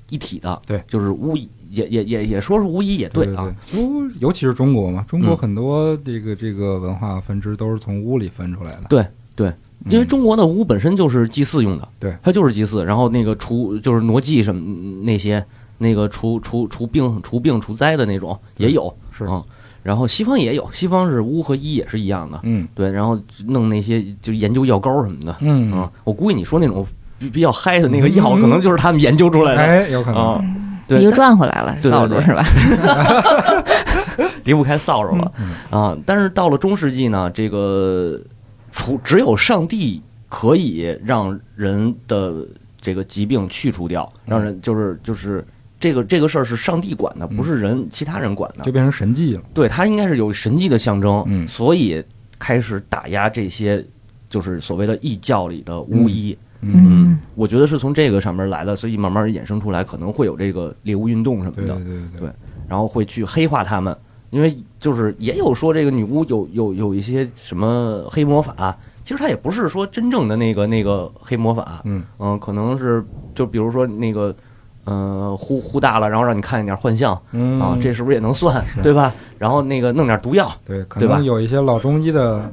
一体的，对就是巫也也也也说是巫医也对啊，，就尤其是中国嘛，中国嗯很多这个这个文化分支都是从屋里分出来的。对对，因为嗯中国的巫本身就是祭祀用的，对它就是祭祀，然后那个除就是傩祭什么那些，那个除除除病除病除灾的那种也有，是嗯，然后西方也有，西方是巫和医也是一样的，嗯对，然后弄那些就研究药膏什么的，嗯嗯，我估计你说那种比比较嗨的那个药，嗯可能就是他们研究出来的，哎，有可能啊，对，又转回来了，对对扫帚对是吧？离不开扫帚了、嗯啊。但是到了中世纪呢，这个除只有上帝可以让人的这个疾病去除掉，让嗯人就是就是这个这个事儿是上帝管的，不是人其他人管的嗯就。变成神迹了。对，它应该是有神迹的象征，嗯所以开始打压这些就是所谓的异教里的巫医。嗯，我觉得是从这个上面来的，所以慢慢衍生出来，可能会有这个猎巫运动什么对的对。对嗯对然后会去黑化他们，因为就是也有说这个女巫有有有一些什么黑魔法、其实她也不是说真正的那个那个黑魔法，嗯嗯、可能是就比如说那个，呃，呼呼大了，然后让你看见点幻象嗯啊，这是不是也能算对吧？然后那个弄点毒药，对可对吧能有一些老中医的。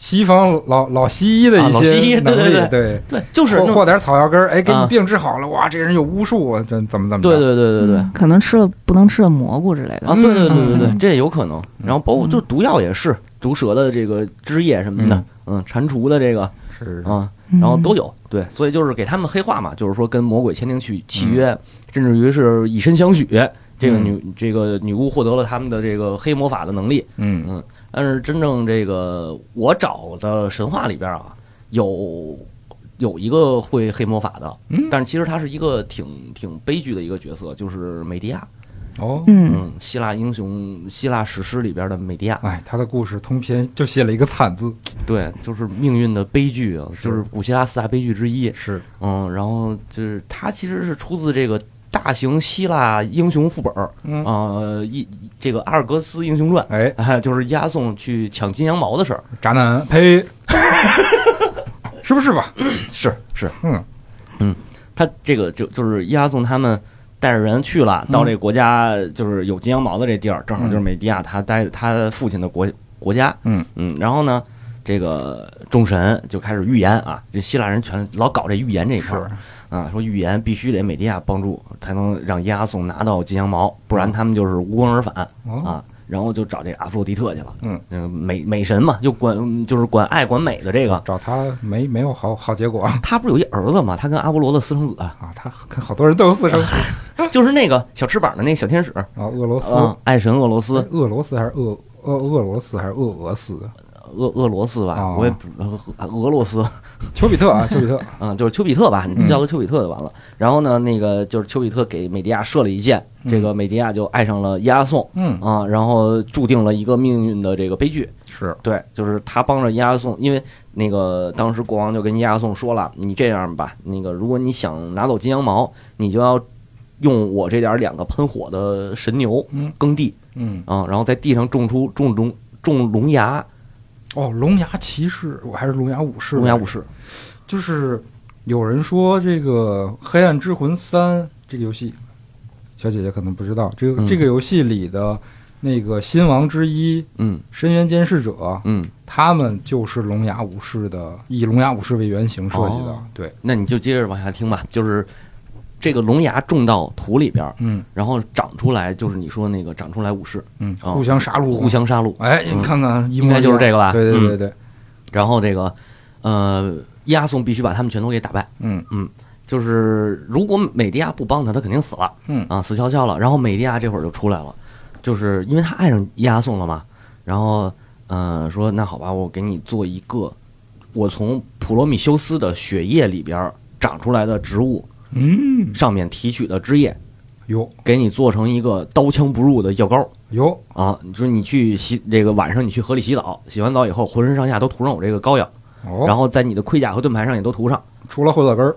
西方老老西医的啊一老些西医对能对力，对对，对，就是或弄或点草药根儿，哎，给啊你病治好了，哇，这人有巫术啊，这怎么怎么着？对对对对对。可能吃了不能吃的蘑菇之类啊，的。对对对对对，嗯这也有可能。然后包嗯括就毒药也是，毒蛇的这个汁液什么的，嗯，蟾蜍的这个是啊，嗯然后都有，对，所以就是给他们黑化嘛，就是说跟魔鬼签订契契约，甚至于是以身相许。这个女、这个女巫获得了他们的这个黑魔法的能力，嗯嗯，但是真正这个我找的神话里边啊，有有一个会黑魔法的，嗯但是其实她是一个挺挺悲剧的一个角色，就是美狄亚，哦，嗯，嗯，希腊英雄、希腊史诗里边的美狄亚，哎，他的故事通篇就写了一个惨字，对，就是命运的悲剧啊，是就是古希腊四大悲剧之一。是嗯，然后就是它其实是出自这个大型希腊英雄副本儿嗯，啊、呃一这个《阿尔戈斯英雄传》 哎，哎，就是押送去抢金羊毛的事儿。渣男，呸，是不是吧？是是，嗯嗯，他这个就就是押送他们带着人去嗯了，到这个国家就是有金羊毛的这地儿，正好就是美迪亚他待他父亲的国国家。嗯嗯，然后呢，这个众神就开始预言啊，这希腊人全老搞这预言这一块儿啊，说预言必须得美迪亚帮助才能让押送拿到金羊毛，不嗯然他们就是无功而返。哦，啊，然后就找这个阿弗洛狄特去了。嗯嗯，美美神嘛，又管就是管爱管美的这个，找他没没有好好结果啊，他不是有一儿子嘛？他跟阿波罗的私生子，啊他跟好多人都有私生子就是那个小翅膀的那个小天使，啊，俄罗斯，哎嗯，爱神俄罗斯，俄罗斯还是俄俄俄罗斯还是俄俄斯？俄俄罗斯吧，哦我也不呃俄俄罗斯，丘比特啊，丘比特，嗯，就是丘比特吧，你嗯就叫他丘比特就完了。然后呢，那个就是丘比特给美狄亚射了一箭，这个美狄亚就爱上了伊阿宋。嗯，啊，然后注定了一个命运的这个悲剧。是对，就是他帮着伊阿宋，因为那个当时国王就跟伊阿宋说了，你这样吧，那个如果你想拿走金羊毛，你就要用我这点儿两个喷火的神牛嗯耕地嗯，啊，然后在地上种出种龙种龙牙，哦，龙牙骑士，我还是龙牙武士，龙牙武士，就是有人说这个《黑暗之魂三》这个游戏，小姐姐可能不知道，这个、嗯这个游戏里的那个新王之一嗯深渊监视者，嗯，他们就是龙牙武士的，以龙牙武士为原型设计的。哦对，那你就接着往下听吧，就是这个龙牙种到土里边儿，嗯然后长出来，就是你说那个长出来武士嗯，哦互相杀戮，互。相杀戮，哎，嗯你看看，一应模该一就是样这个吧对对嗯对对，然后这个呃押送必须把他们全都给打败。嗯就是如果美迪亚不帮他，他肯定死了嗯啊，死翘翘了。然后美迪亚这会儿就出来了，就是因为他爱上伊阿宋了嘛。然后，呃，说那好吧，我给你做一个我从普罗米修斯的血液里边长出来的植物嗯，上面提取的汁液，有给你做成一个刀枪不入的药膏有，啊。你说你去洗这个晚上你去河里洗澡，洗完澡以后浑身上下都涂上我这个膏药，哦，然后在你的盔甲和盾牌上也都涂上。除了后脚跟儿，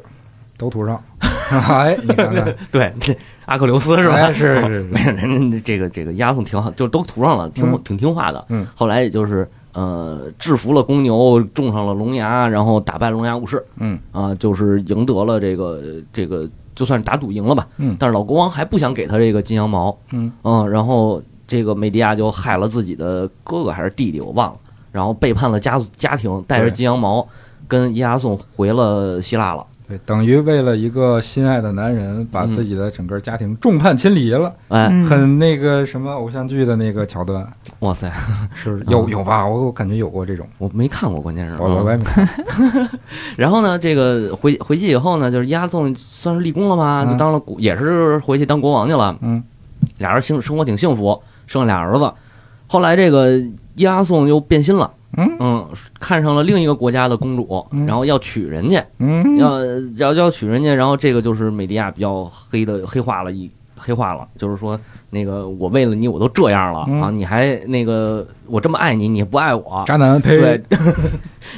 都涂上。 哎，你看看，对， 这阿克琉斯是吧？哎是是是没有人家 这个这个押送挺好，就都涂上了，挺、嗯挺听话的。嗯后来也就是呃，制服了公牛，种上了龙牙，然后打败龙牙武士嗯啊、就是赢得了这个这个，就算是打赌赢了吧。嗯但是老国王还不想给他这个金羊毛，嗯嗯，然后这个美迪亚就害了自己的哥哥还是弟弟，我忘了，然后背叛了家家庭，带着对金羊毛跟伊阿宋回了希腊了。对，等于为了一个心爱的男人，把自己的整个家庭众叛亲离了，哎，嗯很那个什么偶像剧的那个桥段，哇塞， 是啊有有吧？我我感觉有过这种，我没看过，关键是我我嗯我也没看然后呢，这个回回去以后呢，就是押送算是立功了嘛，嗯就当了国也是回去当国王去了。嗯，俩人幸生活挺幸福，生了俩儿子。后来这个押送又变心了，嗯看上了另一个国家的公主，嗯然后要娶人家， 嗯，要要要娶人家。然后这个就是美迪亚比较黑的黑化了一黑化了，就是说那个我为了你我都这样了、嗯啊，你还那个我这么爱你，你也不爱我，渣男对 呸，，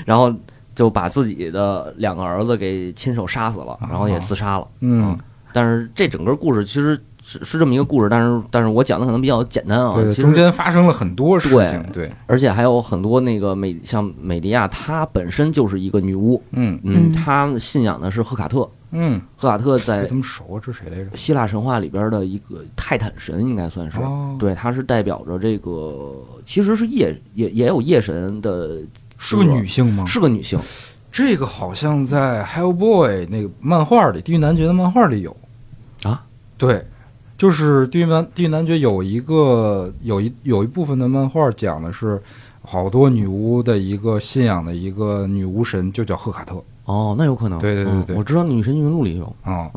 然后就把自己的两个儿子给亲手杀死了，然哦后也自杀了。嗯，但是这整个故事其实是是这么一个故事，但是但是我讲的可能比较简单啊，对，其中实间发生了很多事情，对，而且还有很多那个美像美迪亚，她本身就是一个女巫，嗯嗯，嗯她信仰的是赫卡特，嗯，赫卡特哎，在怎么熟啊？这谁来着？希腊神话里边的一个泰坦神，应该算是。哦，对，她是代表着这个，其实是夜也也有夜神的，是个女性吗？是个女性，这个好像在《Hellboy》那个漫画里，《地狱男爵》的漫画里有啊。对，就是《地狱男地狱男爵》有一个有一有一部分的漫画讲的是好多女巫的一个信仰的一个女巫神，就叫赫卡特哦，那有可能。对对对嗯对我知道《女神异闻录》里有。啊、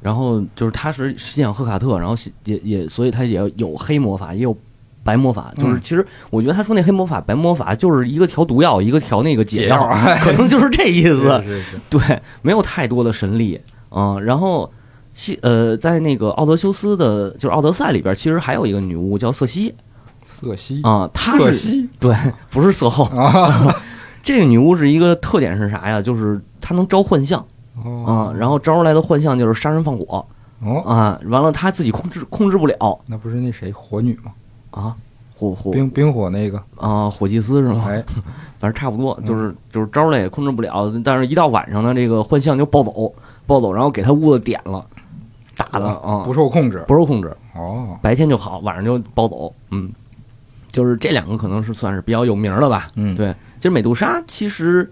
然后就是他是信仰赫卡特，然后信也也所以他也有黑魔法，也有白魔法。就是嗯其实我觉得他说那黑魔法、白魔法就是一个调毒药，一个调那个解药，解 可能就是这意思。是是是，对，没有太多的神力。嗯，然后西呃，在那个奥德修斯的，就是《奥德赛》里边，其实还有一个女巫叫瑟西色西啊，她色是嗯西对，不是色后。啊， 这个女巫是一个特点是啥呀？就是她能招幻象啊，哦然后招出来的幻象就是杀人放火哦，啊，完了她自己控制控制不了那不是那谁火女吗？啊，火火冰冰火那个，啊火祭司是吗？哎，嗯反正差不多，就是就是招来也控制不了，但是一到晚上呢，这个幻象就暴走，暴走，然后给他屋子点了，打的啊，嗯不受控制不受控制，哦，白天就好，晚上就暴走，嗯，就是这两个可能是算是比较有名儿的吧。嗯，对其实美杜莎其实，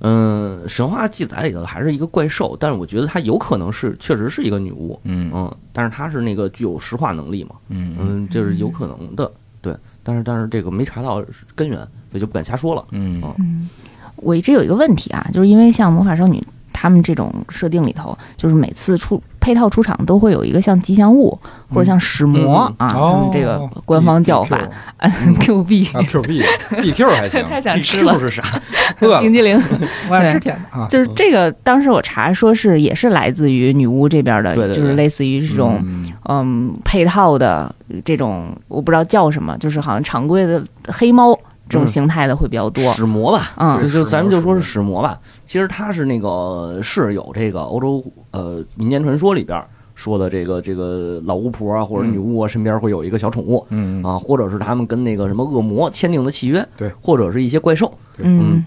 嗯、神话记载里头还是一个怪兽，但是我觉得她有可能是确实是一个女巫，嗯嗯，但是她是那个具有石化能力嘛，嗯嗯嗯，这是有可能的，对，但是但是这个没查到根源，所以就不敢瞎说了。嗯哦嗯，我一直有一个问题啊，就是因为像魔法少女他们这种设定里头，就是每次出配套出场都会有一个像吉祥物或者像使魔、嗯啊，他们这个哦官方叫法 Q B，啊，Q B B Q 还 行，太想吃 DQ 了是啥？饿了冰激 凌。我想吃甜的啊，嗯就是这个，当时我查说是也是来自于女巫这边的，对对对就是类似于这种嗯配套的这种，我不知道叫什么，就是好像常规的黑猫这种嗯形态的会比较多。使魔 吧，嗯就就对咱们就说是使魔吧。其实它是那个是有这个欧洲呃民间传说里边说的这个这个老巫婆啊或者女巫啊身边会有一个小宠物嗯啊，或者是他们跟那个什么恶魔签订的契约，对，或者是一些怪兽。嗯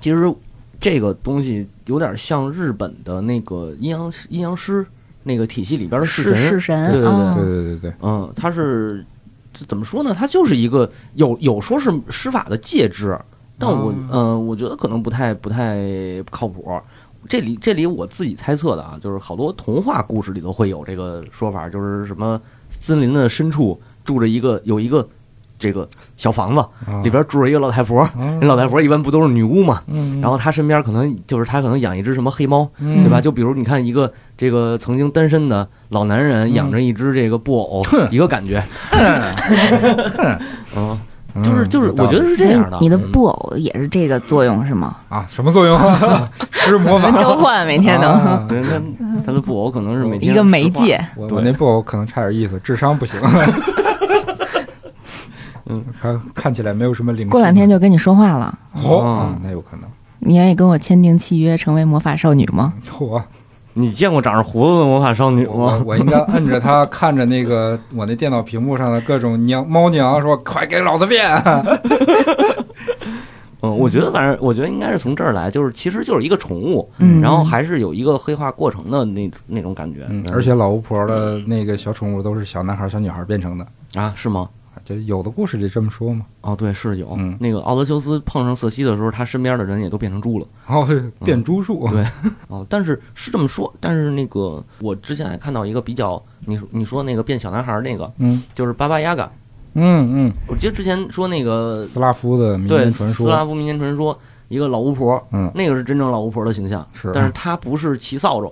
其实这个东西有点像日本的那个阴阳阴阳师那个体系里边的式是神，式神，对对对对嗯对对对，嗯，它是这怎么说呢？它就是一个有有说是施法的介质，但我啊嗯、呃我觉得可能不太不太靠谱。这里这里我自己猜测的啊，就是好多童话故事里头会有这个说法，就是什么森林的深处住着一个有一个这个小房子，啊里边住着一个老太婆，啊那老太婆一般不都是女巫嘛？嗯然后她身边可能就是她可能养一只什么黑猫，嗯对吧？就比如你看一个这个曾经单身的老男人养着一只这个布偶，一个感觉， 嗯，嗯就是就是，有道我理觉得是这样的。你的嗯布偶也是这个作用是吗？啊，什么作用？ 施魔法， 召唤每天能、啊 对，那他的布偶可能是每天 嗯一个媒说嗯介，我对我那布偶可能差点意思，智商不 行。嗯，看看起来没有什么灵性。过两天就跟你说话了。哦，嗯那有可能。你愿意跟我签订契约，成为魔法少女吗？我话。你见过长着胡子的魔法少女我吗？我应该摁着它，看着那个我那电脑屏幕上的各种娘猫娘，说快给老子变！嗯，我觉得反正我觉得应该是从这儿来，就是其实就是一个宠物，嗯然后还是有一个黑化过程的那那种感觉嗯，，而且老巫婆的那个小宠物都是小男孩、小女孩变成的，啊是吗？就有的故事里这么说嘛。哦，对，是有嗯那个奥德修斯碰上瑟西的时候，他身边的人也都变成猪了。然后哦变猪术，嗯对哦，但是是这么说，但是那个我之前也看到一个比较，你说你说那个变小男孩儿那个，嗯就是巴巴亚嘎，嗯我记得之前说那个嗯，斯拉夫的民对间传斯说拉，夫民间传说一个老巫婆，嗯那个是真正老巫婆的形象，是但是她不是骑扫帚，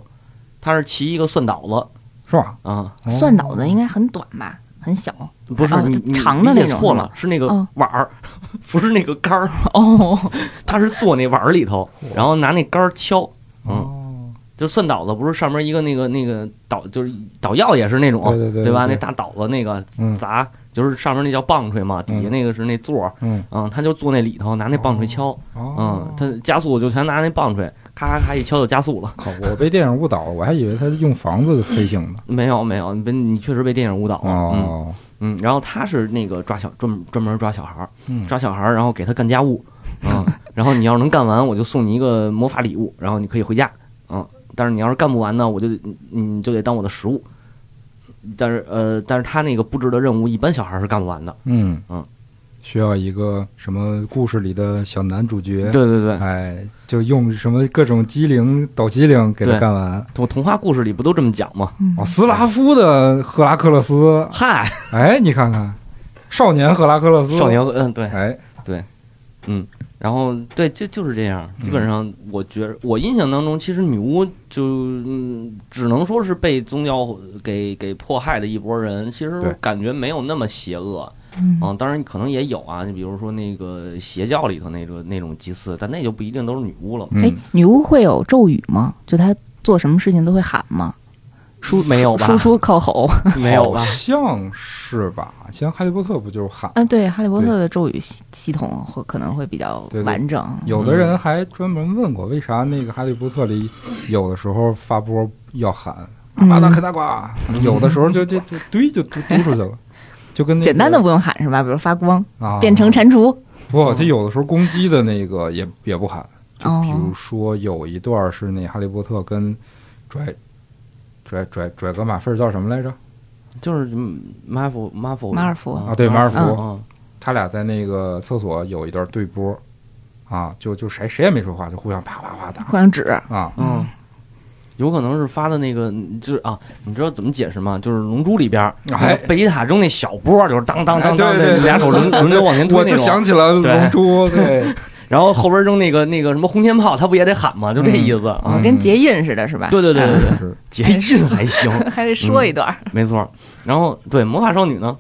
她是骑一个蒜倒子是吧？啊，哦算脑子应该很短吧，很小不是、哦你就你长的理那解种错是吗了，是那个哦碗儿， 不是那个杆儿，哦。她是坐那碗儿里头，然后拿那杆儿敲，嗯，哦，就蒜倒子不是上面一个那个那个倒就是倒药也是那种，对对对对吧？对那大倒子那个嗯砸，就是上面那叫棒槌嘛，底下那个是那座儿，嗯嗯，他就坐那里头拿那棒槌敲，哦嗯，，他加速就全拿那棒槌，咔咔咔一敲就加速了。靠！我被电影误导了，我还以为他用房子飞行呢。没有没有，你被你确实被电影误导了，嗯哦，嗯，然后他是那个抓小专专门抓小孩儿，嗯抓小孩儿，然后给他干家务，嗯，然后你要是能干完，我就送你一个魔法礼物，然后你可以回家，嗯，但是你要是干不完呢，我就你你就得当我的食物。但是呃，但是他那个布置的任务，一般小孩儿是干不完的。嗯嗯，需要一个什么故事里的小男主角？对对对，哎，就用什么各种机灵抖机灵给他对干完。童童话故事里不都这么讲吗？哦，斯拉夫的赫拉克勒斯，嗨，哎，你看看，少年赫拉克勒斯，少年，嗯，对，哎，嗯然后对，就就是这样。基本上，我觉嗯着我印象当中，其实女巫就、嗯、只能说是被宗教给给迫害的一拨人，其实对感觉没有那么邪恶。嗯啊，当然可能也有啊，你比如说那个邪教里头那个那种祭祀，但那就不一定都是女巫了嘛。哎嗯，，女巫会有咒语吗？就她做什么事情都会喊吗？输没有吧？输出靠吼。没有吧好？像是吧？像哈利波特不就是喊？ 嗯，对，哈利波特的咒语系系统会可能会比较对对完整。有的人还专门问过，为啥那个《哈利波特》里有的时候发波要喊“嗯阿达肯达瓜”，有的时候就就就堆就嘟嘟出去了，就跟那个简单的不用喊是吧？比如发光啊变成蟾蜍，不，他有的时候攻击的那个也也不喊，就比嗯哦如说有一段是那哈利波特跟拽拽拽拽格马粪叫什么来着？就是嗯马夫马夫马尔福啊对马尔福嗯他俩在那个厕所有一段对波，啊，就就谁谁也没说话，就互相啪啪啪打幻想纸，啊，嗯，有可能是发的那个，就是啊，你知道怎么解释吗？就是《龙珠》里边，哎贝吉塔扔那小波，就是当当当哎当，对对对俩手轮 轮流往前推我那就种想起了对龙珠，对，然后后边扔那个那个什么轰天炮，他不也得喊吗？就这嗯意思啊。哦跟结印似的，是吧？对对对对 对，是结印还 行，还得说一段儿。没错。然后对魔法少女呢，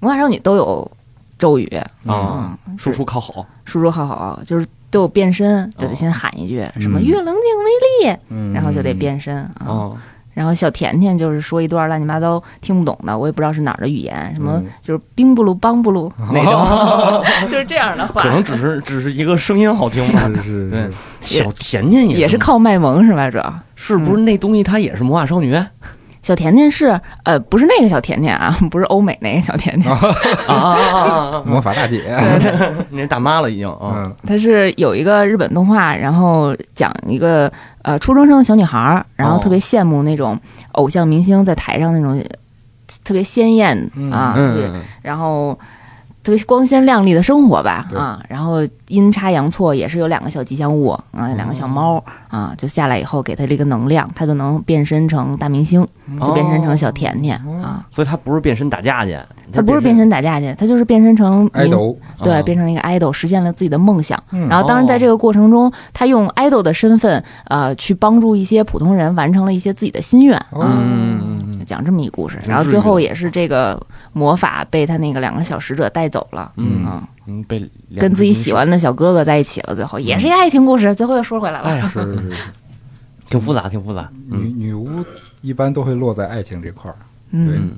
魔法少女都有咒语，啊，嗯，输是出靠吼，叔叔好好，就是都有变身，就得先喊一句、什么“嗯月棱镜威力”，嗯然后就得变身啊。啊，然后小甜甜就是说一段乱七八糟听不懂的，我也不知道是哪儿的语言，什么嗯就是冰布鲁邦布鲁，那种就是这样的话可能只是只是一个声音好听 吧。是是对是，，小甜甜也是是靠卖萌是吧？主要是不是那东西它也是魔法少女嗯啊小甜甜是呃不是那个小甜甜啊，不是欧美那个小甜甜，啊啊啊 啊！魔法大姐， 你是大妈了已经啊，嗯它是有一个日本动画，然后讲一个呃初中生的小女孩儿，然后特别羡慕那种偶像明星在台上那种特别鲜艳嗯啊，对，嗯，然后特别光鲜亮丽的生活吧对啊，然后阴差阳错也是有两个小吉祥物啊，两个小猫啊，就下来以后给它这个能量，它就能变身成大明星，哦就变身成小甜甜哦啊。所以它不是变身打架去，它不是变身打架去，它就是变身成爱明豆，对，啊变成了一个 idol，实现了自己的梦想。嗯然后，当然在哦这个过程中，他用 idol 的身份，呃，去帮助一些普通人完成了一些自己的心愿哦啊。嗯嗯嗯讲这么一故事，挺然后治最愈后的也是这个魔法被他那个两个小使者带走了，嗯啊嗯，被两跟只自己银喜手欢的小哥哥在一起了，最后也是一个爱情故事，最后又说回来 了。哎呀，是是是，挺复杂，挺复杂。女女巫一般都会落在爱情这块儿，对嗯，嗯，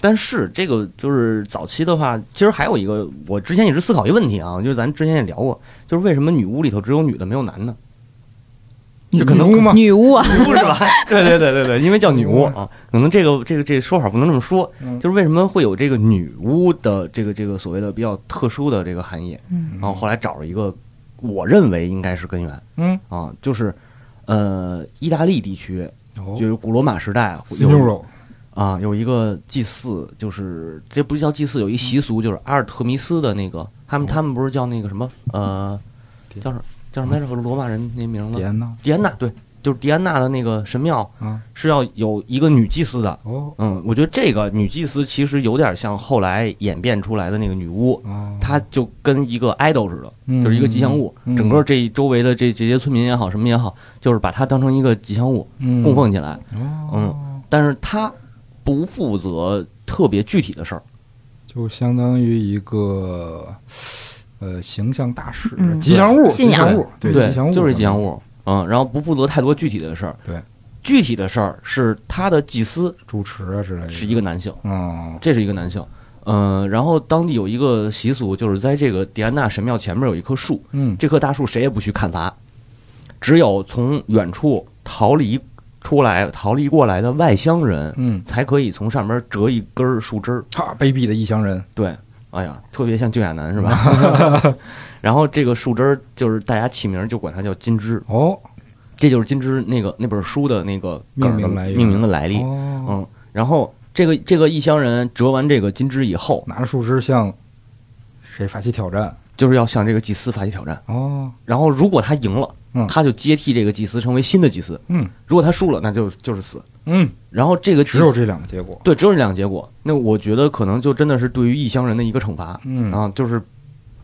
但是这个就是早期的话，其实还有一个，我之前也是思考一个问题啊，就是咱之前也聊过，就是为什么女巫里头只有女的没有男的？这可能女巫嘛女巫啊，女巫是吧？ 对对对对对，因为叫女巫啊，可能这个这个这个说法不能这么说，嗯就是为什么会有这个女巫的这个这个所谓的比较特殊的这个含义？嗯然后后来找了一个，我认为应该是根源嗯，啊，就是呃，意大利地区，哦就是古罗马时代，C 有牛肉，啊，有一个祭祀，就是这不是叫祭祀，有一习俗，就是阿尔特弥斯的那个，他们他们不是叫那个什么呃，叫什叫什么来着？罗马人那名字，天呐，迪安嗯娜，对，就是迪安娜的那个神庙啊，是要有一个女祭司的。哦嗯，我觉得这个女祭司其实有点像后来演变出来的那个女巫，哦，她就跟一个 idol 似的，嗯就是一个吉祥物。嗯整个这周围的这这些村民也好，什么也好，就是把它当成一个吉祥物供供奉起来。嗯，但是他不负责特别具体的事儿，就相当于一个呃形象大使、嗯吉祥物、信吉仰祥物，对吉祥物就是吉祥。物，嗯，然后不负责太多具体的事儿，对，具体的事儿是他的祭司主持啊之类的，是一个男性，哦，这是一个男性，嗯，然后当地有一个习俗，就是在这个迪安娜神庙前面有一棵树，嗯，这棵大树谁也不许砍伐，只有从远处逃离出来、逃离过来的外乡人，嗯，才可以从上面折一根儿树枝儿。哈，卑鄙的异乡人，对，哎呀，特别像救亚男是 吧？然后这个树枝儿就是大家起名儿就管它叫金枝，哦，这就是金枝那个那本书的那个命名梗儿来源命名的来历。哦，嗯，然后这个这个异乡人折完这个金枝以后，拿着树枝向谁发起挑战？就是要向这个祭司发起挑战。哦，然后如果他赢了嗯，他就接替这个祭司成为新的祭司；嗯如果他输了，那就就是死。嗯，然后这个祭只司有这两个结果。对，只有这两个结果。那我觉得可能就真的是对于异乡人的一个惩罚。嗯啊，就是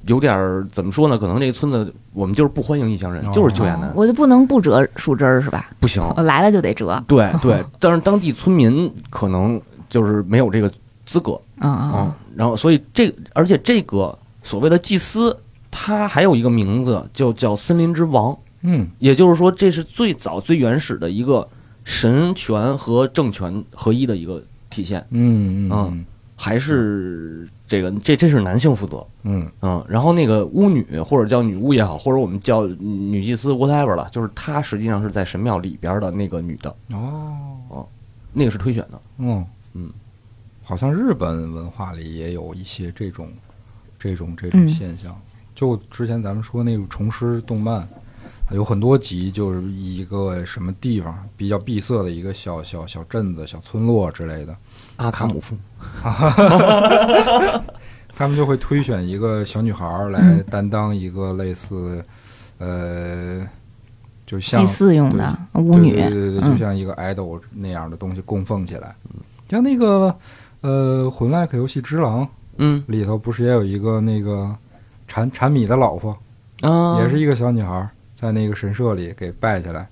有点儿怎么说呢？可能这个村子我们就是不欢迎异乡人，哦就是救援男，我就不能不折树枝儿是吧？不行。我来了就得折，对对，但是当地村民可能就是没有这个资格嗯啊、嗯然后，所以这而且这个所谓的祭司，他还有一个名字就叫森林之王，嗯也就是说，这是最早最原始的一个神权和政权合一的一个体现，嗯嗯嗯还是这个这这是男性负责，嗯嗯，然后那个巫女或者叫女巫也好，或者我们叫女祭司 whatever 了，就是她实际上是在神庙里边的那个女的，嗯哦那个是推选的，嗯嗯，好像日本文化里也有一些这种这种这嗯种现象。就之前咱们说那个重师动漫，有很多集就是一个什么地方比较闭塞的一个小小小镇子、小村落之类的，啊阿卡姆夫，他们就会推选一个小女孩儿来嗯担当一个类似，呃，就像祭祀用的巫女，对对对对，就嗯像一个 idol 那样的东西供奉起来。像那个呃《魂 like 游戏之狼》嗯里头不是也有一个那个产产米的老婆，啊，也是一个小女孩儿，在那个神社里给拜下来，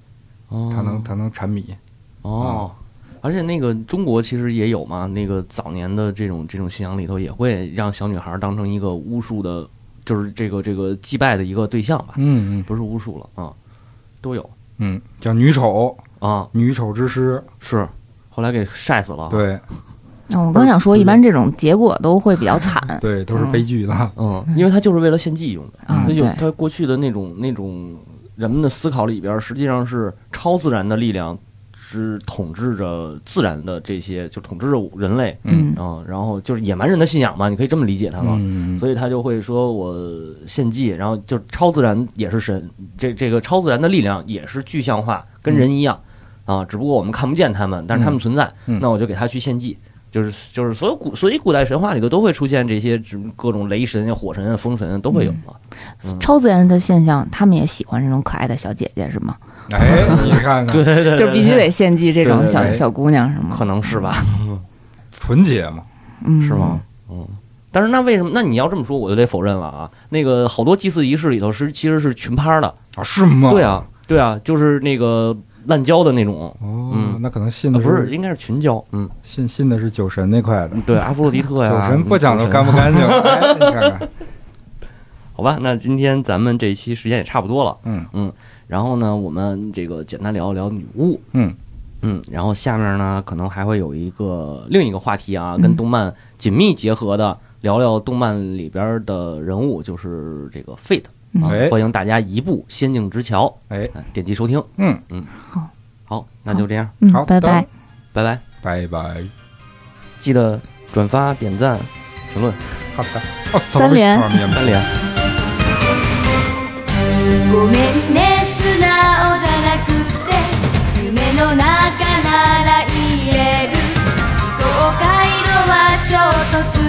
哦，她能她能产米。哦，而且那个中国其实也有嘛，那个早年的这种这种信仰里头也会让小女孩当成一个巫术的，就是这个这个祭拜的一个对象吧，嗯嗯不是巫术了啊，都有嗯，叫女丑，啊，女丑之师。是后来给晒死了，，对那哦我刚想说，一般这种结果都会比较惨。对，都是嗯悲剧的。嗯，因为它就是为了献祭用的，啊它就对它过去的那种那种人们的思考里边，实际上是超自然的力量是统治着自然的这些，就统治着人类嗯啊、然后就是野蛮人的信仰嘛，你可以这么理解它嘛，嗯，所以他就会说我献祭，然后就超自然也是神，这这个超自然的力量也是具象化，跟人一样、啊，只不过我们看不见他们，但是他们存在，嗯那我就给他去献祭。就是就是所有古所以古代神话里头都会出现这些只各种雷神呀、火神啊、风神啊都会有嘛。嗯超自然的现象，他们也喜欢这种可爱的小姐姐是吗？哎，你看看，对对对，就必须得献祭这种对对小对小姑娘是吗可？能是吧？纯洁嘛。嗯，是吗？？嗯。但是那为什么？那你要这么说，我就得否认了啊。那个好多祭祀仪式里头是其实是群拍的，啊，是吗？对，啊，对啊，就是那个滥交的那种，哦嗯，那可能信啊，的不是，应该是群交。嗯，信信的是酒神那块的。对，阿波罗狄 特呀，嗯酒神不讲究酒神干不干净，哎，你看看，啊好吧，那今天咱们这一期时间也差不多了，嗯然后呢，我们这个简单聊一聊女巫，嗯嗯，然后下面呢，可能还会有一个另一个话题啊，嗯跟动漫紧密结合的，聊聊动漫里边的人物，就是这个 Fate 啊，嗯哎欢迎大家一步《仙境之桥》哎哎点击收听，嗯，好，那就这样，嗯好，，拜拜。，拜拜，拜拜，记得转发、点赞、评论好的，哦三连三连三连。ごめんね素直じゃなくて夢の中なら言える思考回路はショートス